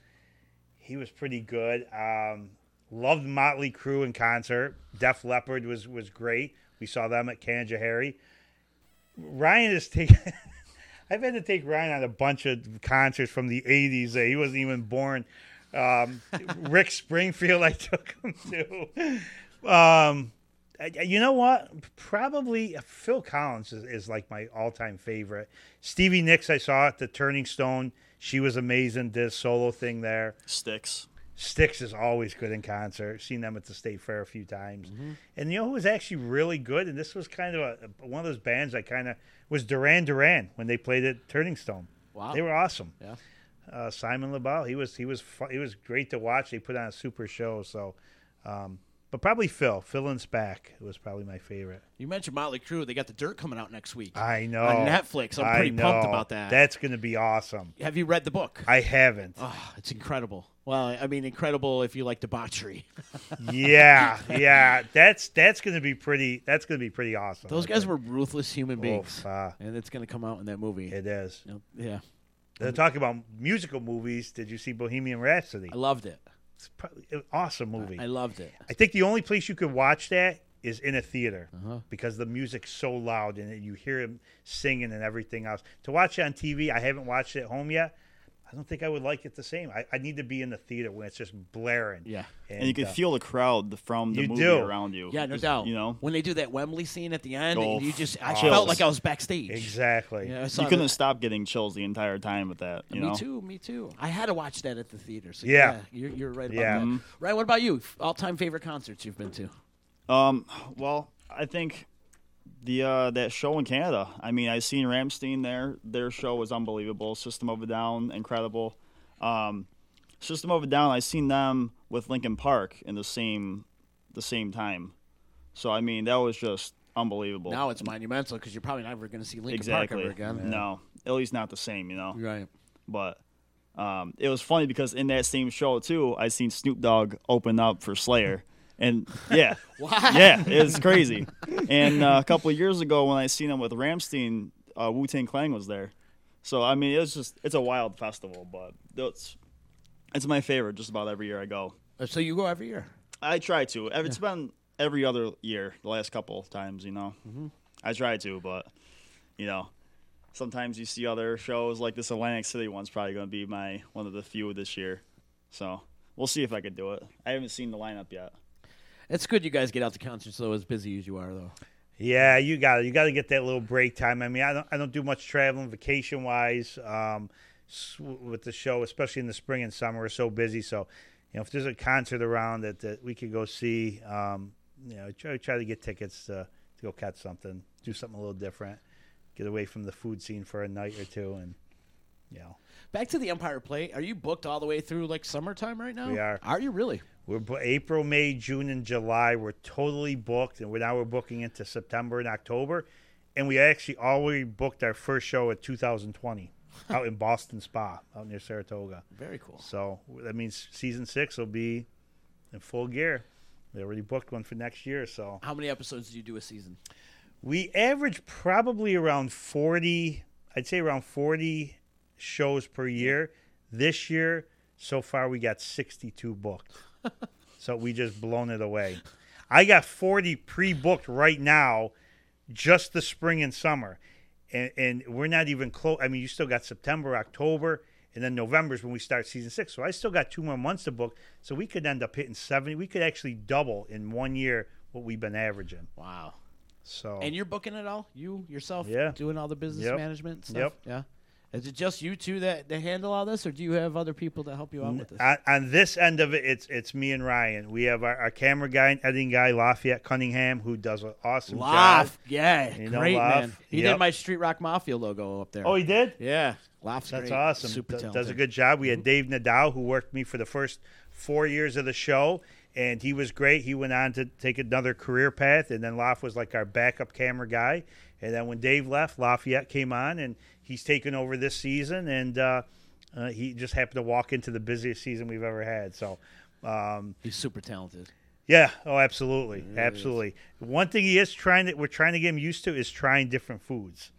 I: he was pretty good. Um, loved Motley Crue in concert. Def Leppard was was great. We saw them at Kanjahari. Ryan is taking. I've had to take Ryan on a bunch of concerts from the '80s. That he wasn't even born. Um, Rick Springfield, I took him to. Um, I- I- you know what? Probably uh, Phil Collins is, is like my all-time favorite. Stevie Nicks, I saw at the Turning Stone. She was amazing. Did a solo thing there.
J: Sticks.
I: Styx is always good in concert. Seen them at the State Fair a few times.
H: Mm-hmm.
I: And you know who was actually really good? And this was kind of a, a- one of those bands I kind of was Duran Duran when they played at Turning Stone.
H: Wow.
I: they were awesome.
H: Yeah.
I: Uh, Simon LeBell, he was he was fu- he was great to watch. They put on a super show. So, um, but probably Phil Phil and Spack was probably my favorite.
H: You mentioned Motley Crue. They got the Dirt coming out next week.
I: I know
H: On Netflix. I'm
I: I
H: pretty pumped
I: know.
H: about that.
I: That's going to be awesome.
H: Have you read the book?
I: I haven't.
H: Oh, it's incredible. Well, I mean, incredible if you like debauchery.
I: yeah, yeah. That's that's going to be pretty. That's going to be pretty awesome.
H: Those
I: I
H: guys
I: think.
H: were ruthless
J: Oh,
H: human beings,
I: ah.
H: and it's going to come out in that movie.
I: It is.
H: Yep, yeah,
I: They're talking about musical movies. Did you see Bohemian Rhapsody?
H: I loved it.
I: It's probably an awesome movie.
H: I
I: I,
H: loved it.
I: think the only place you could watch that is in a theater
H: Uh-huh.
I: because the music's so loud and you hear him singing and everything else. To watch it on TV, I haven't watched it at home yet. I don't think I would like it the same. I, I need to be in the theater when it's just blaring.
H: Yeah.
J: And, you can
I: uh,
J: feel the crowd from the
I: you
J: movie
I: do.
J: around you.
H: Yeah, no
J: Just,
H: doubt.
J: You know,
H: when they do that Wembley scene at the end,
J: Oh,
H: and you just I
J: chills.
H: felt like I was backstage.
I: exactly.
H: Yeah, I saw
J: you couldn't
H: that.
J: stop getting chills the entire time with that. You
H: me
J: know,
H: too. Me too. I had to watch that at the theater. So
I: Yeah.
H: you're, you're right about
I: Yeah.
H: that.
J: Mm-hmm.
H: Right. What about you? All-time favorite concerts you've been to?
J: Um, well, I think the uh, that show in Canada. I mean, I seen Ramstein there. Their show was unbelievable. System of a Down, incredible. Um, System of a Down. I seen them with Linkin Park in the same the same time. So I mean, that was just unbelievable.
H: Now it's monumental because you're probably never going to see Linkin
J: exactly
H: Park ever again.
J: no, at least not the same. You know,
H: Right.
J: but. Um, it was funny because in that same show too, I seen Snoop Dogg open up for Slayer, and yeah, yeah, it's crazy. And uh, a couple of years ago, when I seen him with Ramstein, uh, Wu Tang Clan was there. So I mean, it's just it's a wild festival, but it's it's my favorite. Just about every year I go,
H: Uh, So you go every year.
J: I try to. Ev- It's been every other year the last couple times, you know. I try to, but you know, sometimes you see other shows like this Atlantic City one's probably going to be my one of the few this year. So we'll see if I could do it. I haven't seen the lineup yet.
H: It's good you guys get out to concerts though, as busy as you are though.
I: Yeah, you got you got to get that little break time. I mean, I don't I don't do much traveling vacation wise um, s- with the show, especially in the spring and summer. We're so busy, so you know if there's a concert around that, that we could go see, um, you know, try try to get tickets to to go catch something, do something a little different, get away from the food scene for a night or two, and you know,
H: Back to the Empire Plate. Are you booked all the way through like summertime right now?
I: We are.
H: Are you really?
I: We're bo- April, May, June, and July. We're totally booked, and we're now we're booking into September and October, and we actually already booked our first show at 2020. out in Boston Spa, out near Saratoga.
H: Very cool.
I: So that means season six will be in full gear. They already booked one for next year, so
H: How many episodes do you do a season?
I: we average probably around 40 i'd say around 40 shows per year this year so far we got 62 booked so we just blown it away i got 40 pre-booked right now just the spring and summer and, and we're not even close i mean you still got september october and then november's when we start season six so i still got two more months to book so we could end up hitting 70 we could actually double in one year what we've been averaging
H: Wow.
I: so
H: And you're booking it all? You yourself?
I: Oh. Yeah.
H: Doing all the business
I: Yep.
H: management and stuff?
I: Yep.
H: Yeah. Is it just you two that, that handle all this, or do you have other people that help you out with this?
I: on, on this end of it, it's it's me and Ryan. We have our, our camera guy and editing guy, Lafayette Cunningham, who does an awesome job.
H: Laugh. Yeah.
I: You know
H: great, man.
I: Laugh.
H: He did
I: Yep.
H: my Street Rock Mafia logo up there.
I: Oh, he did.
H: yeah. Laugh's
I: That's
H: great.
I: awesome.
H: Super
I: D-
H: talented. Mm-hmm.
I: does a good job. We had Dave Nadal, who worked me for the first four years of the show, and he was great. He went on to take another career path, and then Laf was like our backup camera guy. And then when Dave left, Lafayette came on, and he's taken over this season. And uh, uh, he just happened to walk into the busiest season we've ever had. So. Um,
H: He's super talented.
I: Yeah. Oh, absolutely, absolutely. One thing he is trying to we're trying to get him used to is trying different foods.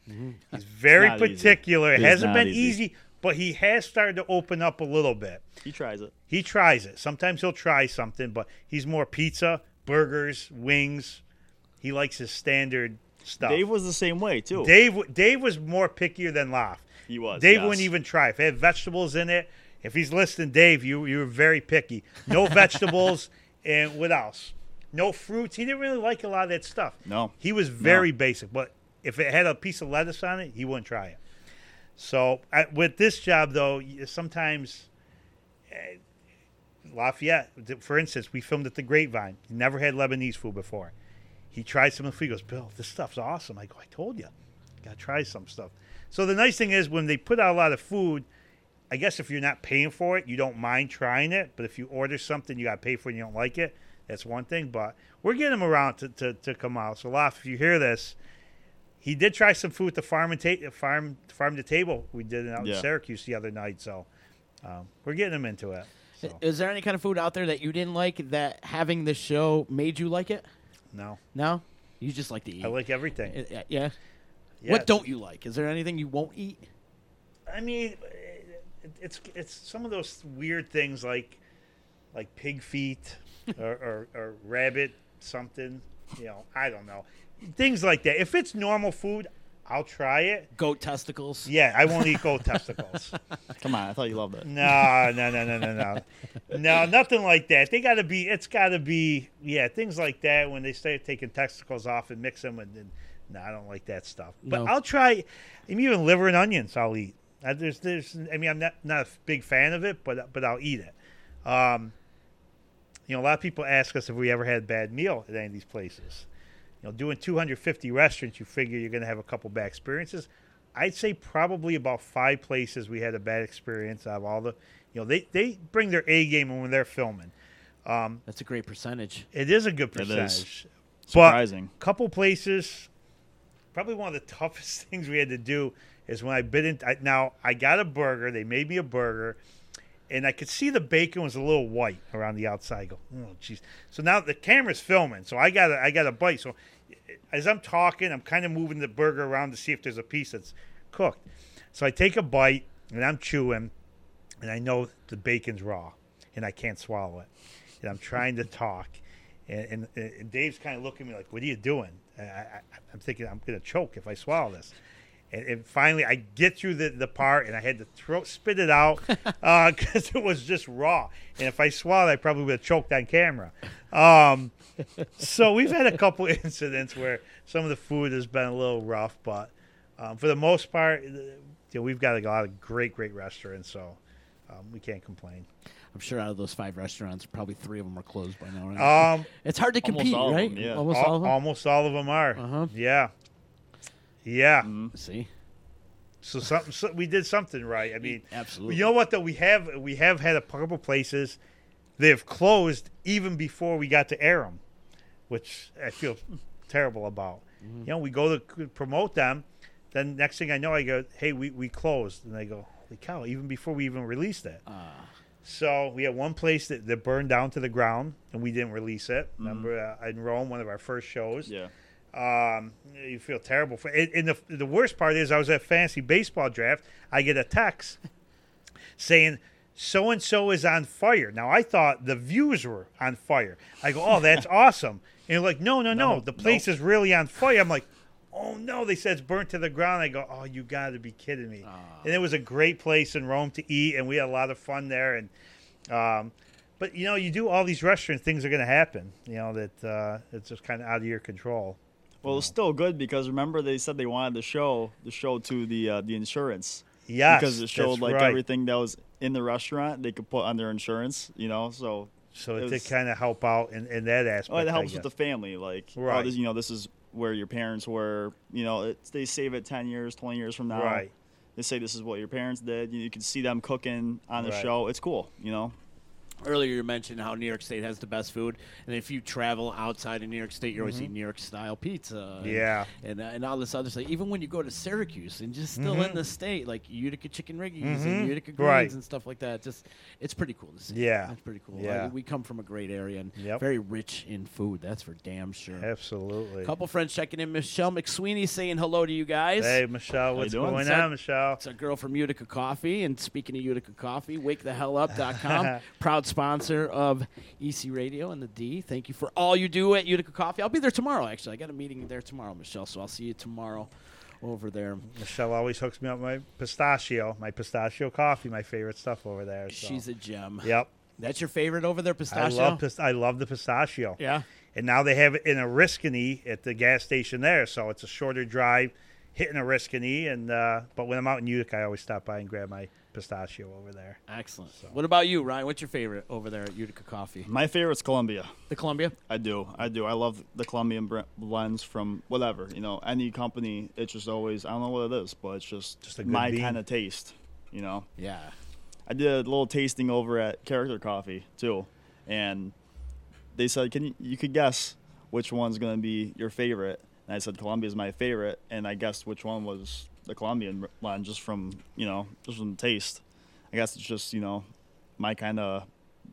I: He's very
J: Mm-hmm. not easy.
I: particular. It
J: It is
I: hasn't
J: not
I: been
J: easy.
I: easy. but he has started to open up a little bit.
J: He tries it.
I: He tries it. Sometimes he'll try something, but he's more pizza, burgers, wings. He likes his standard stuff.
J: Dave was the same way too.
I: Oh. Dave w- Dave was more pickier than Laf.
J: He was,
I: Dave
J: yes.
I: wouldn't even try. If it had vegetables in it, if he's listening, Dave, you you were very picky. No vegetables and what else? No fruits. He didn't really like a lot of that stuff.
J: No.
I: He was very basic, but if it had a piece of lettuce on it, he wouldn't try it. So I, with this job though, y- sometimes eh, Lafayette, th- for instance, we filmed at the Grapevine. He never had Lebanese food before. He tried some of the food. He goes, Bill, this stuff's awesome. I go, I told you, got to try some stuff. So the nice thing is when they put out a lot of food, I guess if you're not paying for it, you don't mind trying it. But if you order something, you got to pay for it and you don't like it. That's one thing. But we're getting him around to, to, to come out. So, Laf, if you hear this, he did try some food at the farm and ta- farm farm to table we did it out
J: Yeah.
I: in Syracuse the other night. So um, we're getting him into it. So,
H: Is there any kind of food out there that you didn't like that having this show made you like it?
I: no,
H: No? You just like to eat.
I: I like everything.
H: Uh, uh, Yeah.
I: Yeah.
H: What don't you like? Is there anything you won't eat?
I: I mean, it, it's it's some of those weird things like like pig feet or, or, or rabbit something. You know, I don't know things like that. If it's normal food, I'll try it.
H: Goat testicles.
I: Yeah, I won't eat goat testicles.
J: Come on, I thought you loved
I: Mm-hmm.
J: it.
I: No, no, no, no, no, no, no, nothing like that. They got to be. It's got to be. Yeah, things like that when they start taking testicles off and mix them. And, and no, I don't like that stuff. But
H: No.
I: I'll try. I mean, even liver and onions, I'll eat. Uh, There's, there's. I mean, I'm not not a big fan of it, but but I'll eat it. Um, you know, a lot of people ask us if we ever had a bad meal at any of these places. You know, doing 250 restaurants, you figure you're going to have a couple bad experiences. I'd say probably about five places we had a bad experience out of all the, you know, they, they bring their A game when they're filming.
H: That's a great percentage.
I: It is a good
J: is.
I: percentage.
J: Surprising.
I: But couple places, probably one of the toughest things we had to do is when I bit in. I, now I got a burger. They made me a burger, and I could see the bacon was a little white around the outside. I go, oh jeez. So now the camera's filming. So I got a, I got a bite. So as I'm talking, I'm kind of moving the burger around to see if there's a piece that's cooked. So I take a bite and I'm chewing, and I know the bacon's raw, and I can't swallow it. And I'm trying to talk, and, and, and Dave's kind of looking at me like, "What are you doing?" And I, I, I'm thinking I'm gonna choke if I swallow this. And, and finally, I get through the, the part, and I had to throw spit it out because it was just raw. And if I swallowed, I probably would have choked on camera. Um, so we've had a couple incidents where some of the food has been a little rough, but um, for the most part, th- you know, we've got a lot of great, great restaurants, so um, we can't complain.
H: I'm sure out of those five restaurants, probably three of them are closed by now. Right?
I: Um,
H: it's hard to
J: almost
H: compete,
J: all of
H: right?
J: them, yeah.
H: Almost
I: al-
H: all of them.
I: almost all of them are.
H: Uh-huh.
I: Yeah, yeah.
H: See,
I: So something so we did something right. I mean,
H: absolutely.
I: You know what though? We have we have had a couple places they've closed even before we got to air them, which I feel terrible about. You know, we go to c- promote them. Then next thing I know, I go, "Hey, we we closed," and they go, "Holy cow!" Even before we even released it. So we had one place that, that burned down to the ground, and we didn't release it. Remember uh, in Rome, one of our first shows.
J: Yeah.
I: Um, you feel terrible for. And, and the the worst part is, I was at fantasy baseball draft. I get a text saying so and so is on fire. Now I thought the views were on fire. I go, oh, that's awesome. And you're like, no, no, no, the place is really on fire. I'm like, oh no, they said it's burnt to the ground. I go, oh, you got to be kidding me. And it was a great place in Rome to eat, and we had a lot of fun there. And um, but you know, you do all these restaurants, things are going to happen. You know that uh, it's just kind of out of your control.
J: Well, it's still good because remember they said they wanted to show the show to the uh, the insurance.
I: Yes,
J: because it showed
I: that's
J: like
I: right.
J: everything that was in the restaurant they could put on their insurance. You know, so
I: So
J: it
I: it,
J: was-
I: did kind of help out in, in that aspect.
J: Oh, it
I: I
J: helps with
I: guess.
J: the family. Like, oh,
I: Right.
J: this, you know, this is where your parents were. You know, it, they save it ten years, twenty years from now.
I: Right.
J: They say this is what your parents did. You, you can see them cooking on the
I: Right.
J: show. It's cool. You know.
H: Earlier, you mentioned how New York State has the best food, and if you travel outside of New York State, you're always eating New York style pizza. and-
I: Mm-hmm. Yeah.
H: and uh, and all this other stuff. Even when you go to Syracuse and just still in the state, like Utica chicken riggies and Utica greens
I: Mm-hmm. Right.
H: and stuff like that. Just it's pretty cool to see.
I: Yeah.
H: it's pretty cool.
I: Yeah.
H: Like, we come from a great area and
I: Yep.
H: very rich in food. That's for damn sure.
I: Absolutely.
H: Couple friends checking in. Michelle McSweeney saying hello to you guys.
I: Hey, Michelle, what's
J: doing?
I: going
H: So-
I: on, Michelle?
H: It's a girl from Utica Coffee. And speaking of Utica Coffee, wakethehellup.com, proud sponsor of EC Radio and the D. Thank you for all you do at Utica Coffee. I'll be there tomorrow, actually. I got a meeting there tomorrow, Michelle, so I'll see you tomorrow over there.
I: Michelle always hooks me up with my pistachio, my pistachio coffee, my favorite stuff over there. So.
H: She's a gem.
I: yep.
H: That's your favorite over there, pistachio?
I: I love pist- I love the pistachio.
H: Yeah.
I: And now they have it in Oriskany at the gas station there, so it's a shorter drive, hitting Oriskany. And uh, but when I'm out in Utica, I always stop by and grab my pistachio over there.
H: Excellent. What about you, Ryan? What's your favorite over there at Utica Coffee?
J: My favorite's Columbia.
H: The Columbia?
J: I do. I do. I love the Colombian bre- blends from whatever, you know, any company. It's just always, I don't know what it is, but it's just,
I: Just a good
J: my
I: bean.
J: kind of taste, you know.
H: Yeah.
J: I did a little tasting over at Character Coffee, too. And they said, can you, you could guess which one's going to be your favorite. And I said, Colombia's my favorite. And I guessed which one was the Colombian blend just from, you know, just from taste. I guess it's just, you know, my kind of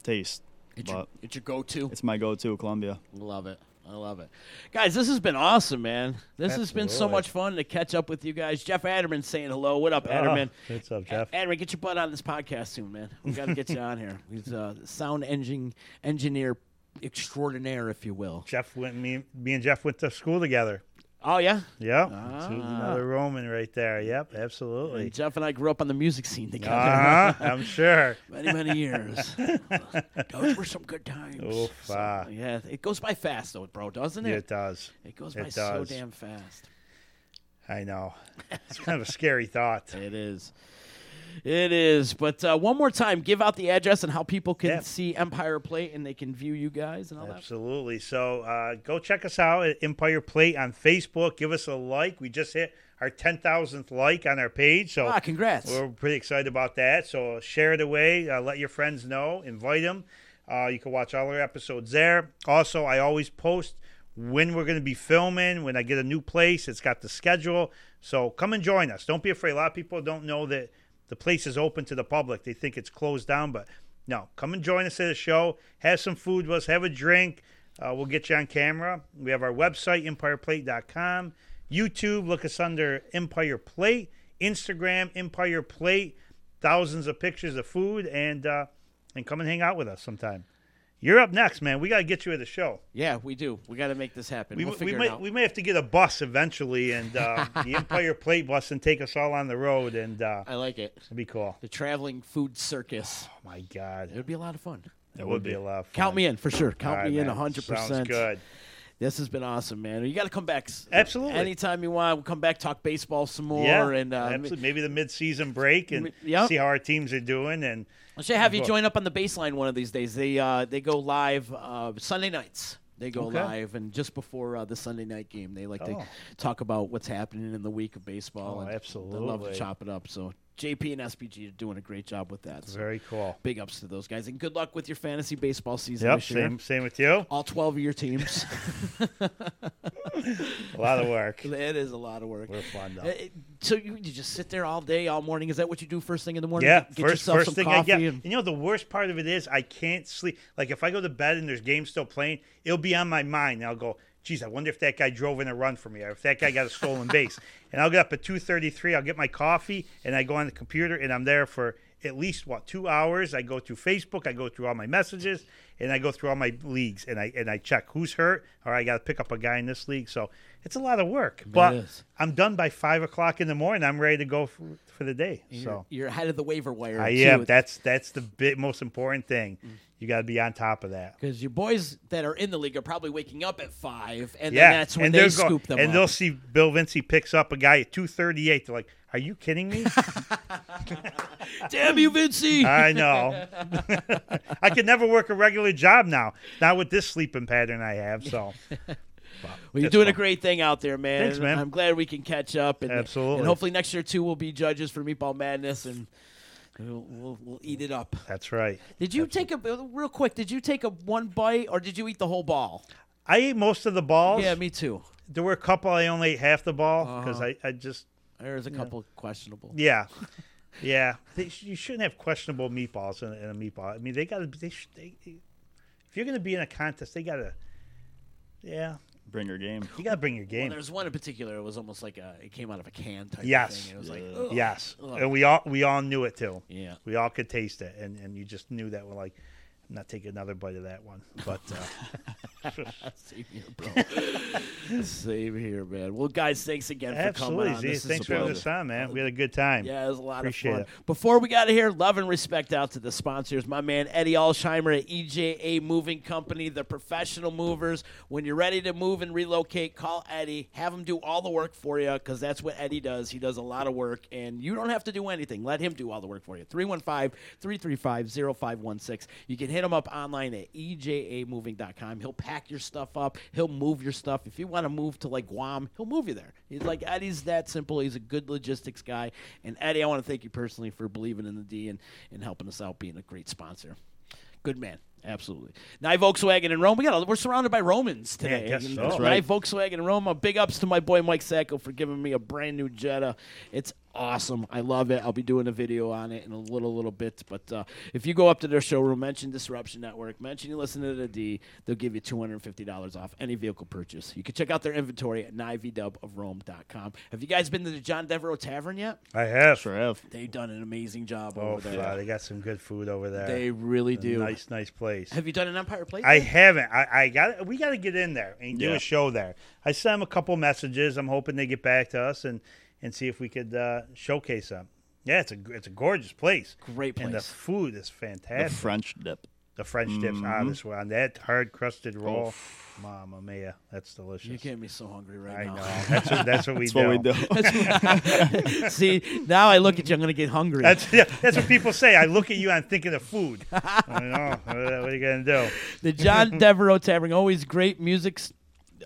J: taste.
H: It's your,
J: but
H: it's your go to.
J: it's my go to, Colombia.
H: Love it. I love it. Guys, this has been awesome, man. This has been so
I: Absolutely. Ah,
H: much fun to catch up with you guys. Jeff Adderman saying hello. What up, Adderman?
I: Oh, what's up, Jeff?
H: A- Adderman, get your butt on this podcast soon, man. We got to get you on here. He's a sound engine, engineer extraordinaire, if you will.
I: Jeff went me me and Jeff went to school together.
H: Oh, yeah?
I: Yep. So another Roman right there. Yep, absolutely.
H: Jeff and I grew up on the music scene together.
I: Uh huh. I'm sure.
H: many many years. Those were some good times.
I: Oof,
H: So,
I: ah.
H: yeah, it goes by fast though, bro, doesn't
I: Yeah,
H: it?
I: it does.
H: it goes
I: it
H: by so
I: does.
H: damn fast.
I: I know. It's kind of a scary thought.
H: It is. It is. But uh, one more time, give out the address and how people can
I: Yeah.
H: see Empire Plate and they can view you guys and all that.
I: Absolutely. So uh, go check us out at Empire Plate on Facebook. Give us a like. We just hit our 10,000th like on our page. So
H: Ah, congrats.
I: We're pretty excited about that. So share it away. Uh, let your friends know. Invite them. Uh, you can watch all our episodes there. Also, I always post when we're going to be filming, when I get a new place. It's got the schedule. So come and join us. Don't be afraid. A lot of people don't know that the place is open to the public, they think it's closed down, but no, come and join us at the show. Have some food with us. Have a drink. Uh, we'll get you on camera. We have our website, empireplate.com. YouTube, look us under Empire Plate. Instagram, Empire Plate. Thousands of pictures of food and uh, and come and hang out with us sometime. You're up next, man. We got to get you at the show.
H: Yeah, we do. We got to make this happen.
I: We,
H: will
I: we,
H: figure it
I: may,
H: out.
I: we may have to get a bus eventually and uh, the Empire Plate bus and take us all on the road, and uh,
H: I like it.
I: it'll be cool.
H: The traveling food circus.
I: Oh, my God.
H: It would be a lot of fun.
I: That would be a lot of fun.
H: Count me in for sure. Count
I: All right,
H: me in
I: man.
H: in hundred
I: Sounds
H: percent.
I: good.
H: This has been awesome, man. You got to come back. s-
I: Absolutely.
H: Anytime you want, we'll come back, talk baseball some more,
I: yeah,
H: and uh,
I: absolutely. maybe the mid-season break and
H: Yep.
I: see how our teams are doing. And
H: I should have you join up on the baseline one of these days. They uh, they go live uh, Sunday nights. They go
I: Okay.
H: live, and just before uh, the Sunday night game, they like to
I: Oh.
H: talk about what's happening in the week of baseball.
I: Oh,
H: and They love to
I: absolutely.
H: chop it up. So JP and SPG are doing a great job with that. So
I: very cool.
H: big ups to those guys, and good luck with your fantasy baseball season
I: Yep,
H: this year.
I: same same with you.
H: All twelve of your teams.
I: A lot of work.
H: It is a lot of work.
I: We're fun, though.
H: Uh, it- So you, you just sit there all day, all morning. Is that what you do first thing in the morning?
I: Yeah,
H: Get
I: first
H: yourself
I: first
H: some
I: thing
H: coffee
I: I get.
H: and-
I: you know, the worst part of it is I can't sleep. Like if I go to bed and there's games still playing, it'll be on my mind. And I'll go, geez, I wonder if that guy drove in a run for me, or if that guy got a stolen base. And I'll get up at two thirty three. I'll get my coffee, and I go on the computer, and I'm there for at least what two hours. I go through Facebook, I go through all my messages, and I go through all my leagues, and I and I check who's hurt, or I got to pick up a guy in this league. So it's a lot of work, but
H: is.
I: I'm done by five o'clock in the morning. I'm ready to go for, for the day.
H: You're,
I: so
H: you're ahead of the waiver wire.
I: I am. That's that's the bit most important thing. You got to be on top of that.
H: because your boys that are in the league are probably waking up at five, and
I: yeah,
H: then that's when
I: and
H: they
I: they're go-
H: scoop them
I: and
H: up.
I: they'll see Bill Vinci picks up a guy at two thirty eight. They're like, "Are you kidding me?
H: Damn you, E! Vinci!
I: I know. I could never work a regular job now. Not with this sleeping pattern I have." So
H: Well, you're
I: That's
H: doing a
I: fun.
H: great thing out there, man.
I: Thanks, man.
H: I'm glad we can catch up. And,
I: Absolutely.
H: And hopefully next year, too, we'll be judges for Meatball Madness and we'll, we'll, we'll eat it up.
I: that's right.
H: Did you take a, real quick, did you take a one bite or did you eat the whole ball?
I: I ate most of the balls.
H: Yeah, me Uh-huh. too.
I: there were a couple I only ate half the ball because I, I just
H: There's a couple questionable.
I: yeah. Yeah, they, sh- you shouldn't have questionable meatballs in, a- in a meatball. I mean, they got to. They, sh- they, they, if you're going to be in a contest, they got to. Yeah,
J: Bring your game.
I: You gotta bring your game.
H: There's one in particular. It was almost like a, it came out of a can type
I: Yes.
H: of thing. It was like, ugh.
I: yes, and we all we all knew it too.
H: Yeah.
I: we all could taste it, and and you just knew that we're like, I'm not taking another bite of that one. But uh,
H: Same here, bro. Same here, man. Well, guys, thanks again for
I: absolutely,
H: coming on.
I: Z,
H: This is a
I: thanks for having
H: pleasure.
I: us on, man. We had a good time.
H: Yeah, it was a lot
I: Appreciate
H: of fun.
I: it.
H: Before we got out of here, love and respect out to the sponsors. My man Eddie Alsheimer at EJA Moving Company, the professional movers. When you're ready to move and relocate, call Eddie. Have him do all the work for you because that's what Eddie does. He does a lot of work, and you don't have to do anything. Let him do all the work for you. 315 335 0516. You can hit him up online at E ejamoving.com. He'll pack your stuff up, he'll move your stuff. If you want to move to like Guam, he'll move you there. He's like, Eddie's that simple. He's a good logistics guy. And Eddie, I want to thank you personally for believing in the D and, and helping us out, being a great sponsor. Good man. Absolutely. Nye Volkswagen and Rome. We got, we're surrounded by Romans today.
I: guess
H: And
I: so.
H: Nye
I: That's
J: right.
H: Volkswagen and Roma. Big ups to my boy Mike Sacco for giving me a brand new Jetta. It's awesome. I love it. I'll be doing a video on it in a little little bit. But uh, if you go up to their showroom, mention Disruption Network, mention you listen to the D, they'll give you two hundred and fifty dollars off any vehicle purchase. You can check out their inventory at nivdubofrome.com. Have you guys been to the John Devereaux Tavern yet?
I: I have.
J: Sure have.
H: They've done an amazing job
I: Oh,
H: over there.
I: wow, they got some good food over there.
H: They really
I: A
H: do.
I: Nice, nice place.
H: Have you done an Empire Plate?
I: I
H: yet?
I: haven't. I, I got. We got to get in there and do
J: Yeah.
I: a show there. I sent them a couple messages. I'm hoping they get back to us and and see if we could uh, showcase them. Yeah, it's a g- it's a gorgeous place.
H: Great
I: And the
H: place. Mm-hmm.
I: food is
J: The
I: fantastic.
J: French dip.
I: The, French dips, on this one. That hard
H: Oh,
I: crusted roll, mama mia, that's delicious.
H: You're getting me so hungry right
I: I
H: now.
I: know. That's what, that's what we
J: That's what
I: do.
J: we do.
H: See, now I look at you, I'm gonna get hungry.
I: That's yeah, that's what people say. I look at you. I'm thinking of food. I know. What are you gonna do?
H: the John Devereaux Tavern. Always great music. s-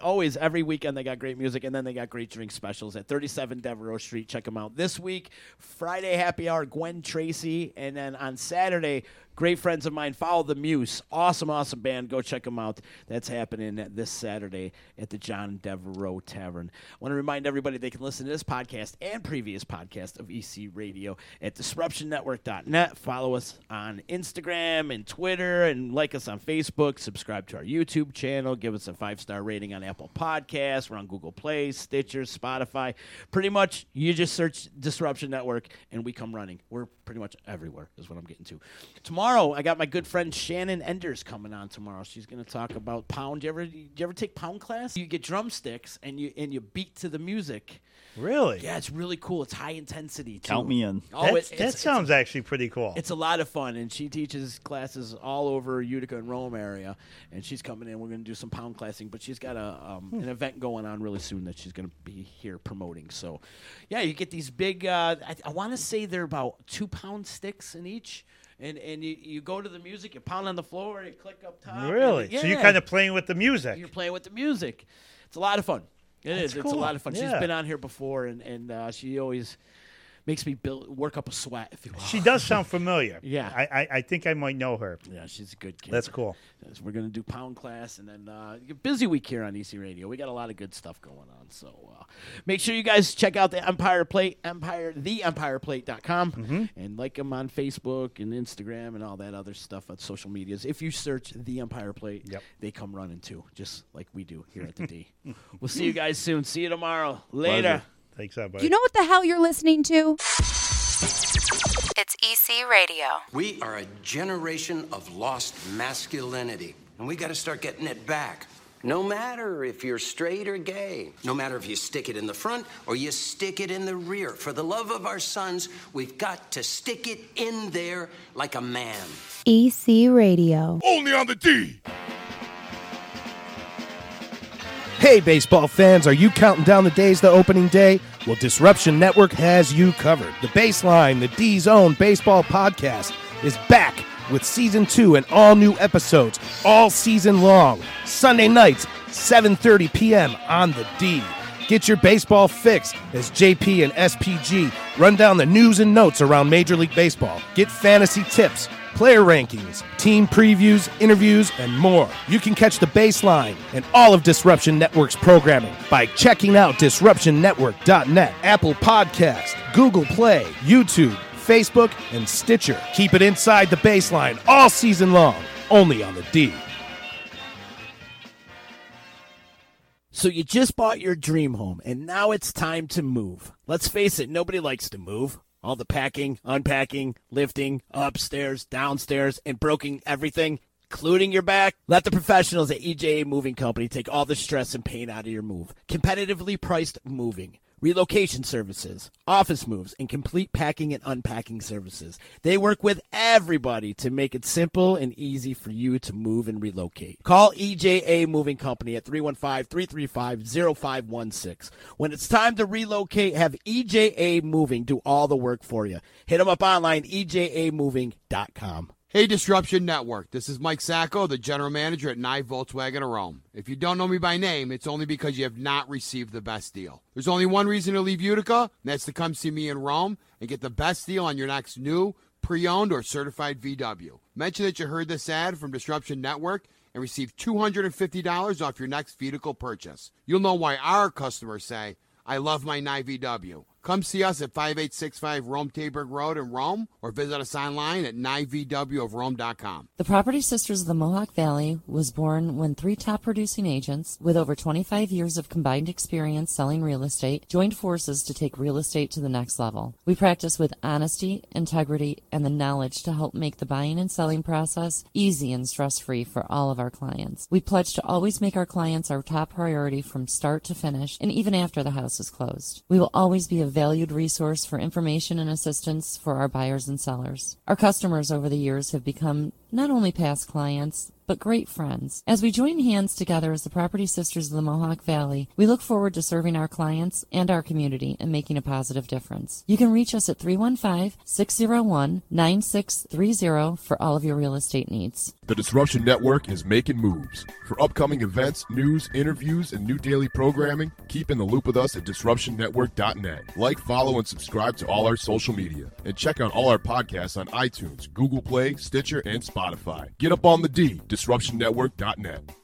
H: Always every weekend they got great music, and then they got great drink specials at 37 Devereaux Street. Check them out this week. Friday happy hour, Gwen Tracy, and then on Saturday, great friends of mine, Follow the Muse, awesome, awesome band. Go check them out. That's happening this Saturday at the John Devereaux Tavern. I want to remind everybody they can listen to this podcast and previous podcast of EC Radio at disruptionnetwork.net. Follow us on Instagram and Twitter and like us on Facebook. Subscribe to our YouTube channel. Give us a five star rating on Apple Podcasts. We're on Google Play, Stitcher, Spotify. Pretty much, you just search Disruption Network and we come running. We're pretty much everywhere, is what I'm getting to. Tomorrow, I got my good friend Shannon Enders coming on tomorrow. She's going to talk about pound. You ever, you ever take pound class? You get drumsticks and you and you beat to the music.
I: Really?
H: Yeah, it's really cool. It's high intensity. Too.
J: Count me in.
H: Oh,
I: That-
H: it's-
I: that
H: it's- it's-
I: sounds actually pretty cool.
H: it's a lot of fun, and she teaches classes all over Utica and Rome area. And she's coming in. We're going to do some pound classing, but she's got a um,
I: Hmm.
H: an event going on really soon that she's going to be here promoting. So, yeah, you get these big. Uh, I, I want to say they're about two pound sticks in each, and and you, you go to the music, you pound on the floor, and you click up top. and-
I: really. So you're
H: Uh, yeah.
I: kind of playing with the music.
H: You're playing with the music. It's a lot of fun. It is. It's a
I: cool.
H: lot of fun.
I: Yeah.
H: She's been on here before, and and uh, she always makes me build work up a sweat. If you will.
I: She does sound familiar.
H: Yeah.
I: I, I, I think I might know her.
H: Yeah, she's a good kid.
I: That's cool.
H: Yes, we're gonna do pound class, and then uh, busy week here on EC Radio. We got a lot of good stuff going on, so uh, make sure you guys check out the Empire Plate, Empire the EmpirePlate.com,
I: Mm-hmm.
H: and like them on Facebook and Instagram and all that other stuff on social medias. If you search the Empire Plate,
I: Yep.
H: they come running too, just like we do here at the D. We'll see you guys soon. See you tomorrow. Later.
I: Thanks, everybody.
A: You know what the hell you're listening to? It's EC Radio.
K: We are a generation of lost masculinity, and we got to start getting it back. No matter if you're straight or gay, no matter if you stick it in the front or you stick it in the rear, for the love of our sons, we've got to stick it in there like a man.
A: EC E Radio.
F: Only on the D.
B: Hey, baseball fans, are you counting down the days to opening day? Well, Disruption Network has you covered. The Baseline, the D's own baseball podcast, is back with season two and all new episodes all season long. Sunday nights, 7.30 p.m. on the D. Get your baseball fix as JP and SPG run down the news and notes around Major League Baseball. Get fantasy tips player rankings, team previews, interviews, and more. You can catch the baseline and all of Disruption Network's programming by checking out disruptionnetwork.net, Apple Podcast, Google Play, YouTube, Facebook, and Stitcher. Keep it inside the baseline all season long, only on the D.
C: So you just bought your dream home and now it's time to move. Let's face it, nobody likes to move. All the packing, unpacking, lifting, upstairs, downstairs, and broking everything, including your back. Let the professionals at EJA Moving Company take all the stress and pain out of your move. Competitively priced moving relocation services, office moves, and complete packing and unpacking services. They work with everybody to make it simple and easy for you to move and relocate. Call EJA Moving Company at 315-335-0516. When it's time to relocate, have EJA Moving do all the work for you. Hit them up online, E ejamoving.com.
D: Hey, Disruption Network. This is Mike Sacco, the general manager at Nye Volkswagen of Rome. If you don't know me by name, it's only because you have not received the best deal. There's only one reason to leave Utica, and that's to come see me in Rome and get the best deal on your next new, pre owned, or certified VW. Mention that you heard this ad from Disruption Network and receive $250 off your next vehicle purchase. You'll know why our customers say, I love my Nye VW. Come see us at 5865 Rome Taberg Road in Rome or visit us online at nyvwofrome.com.
E: The Property Sisters of the Mohawk Valley was born when three top producing agents with over 25 years of combined experience selling real estate joined forces to take real estate to the next level. We practice with honesty, integrity, and the knowledge to help make the buying and selling process easy and stress free for all of our clients. We pledge to always make our clients our top priority from start to finish and even after the house is closed. We will always be a valued resource for information and assistance for our buyers and sellers. Our customers over the years have become not only past clients, but great friends. As we join hands together as the Property Sisters of the Mohawk Valley, we look forward to serving our clients and our community and making a positive difference. You can reach us at 315 601 9630 for all of your real estate needs.
F: The Disruption Network is making moves. For upcoming events, news, interviews, and new daily programming, keep in the loop with us at disruptionnetwork.net. Like, follow, and subscribe to all our social media. And check out all our podcasts on iTunes, Google Play, Stitcher, and Spotify. Get up on the D, disruptionnetwork.net.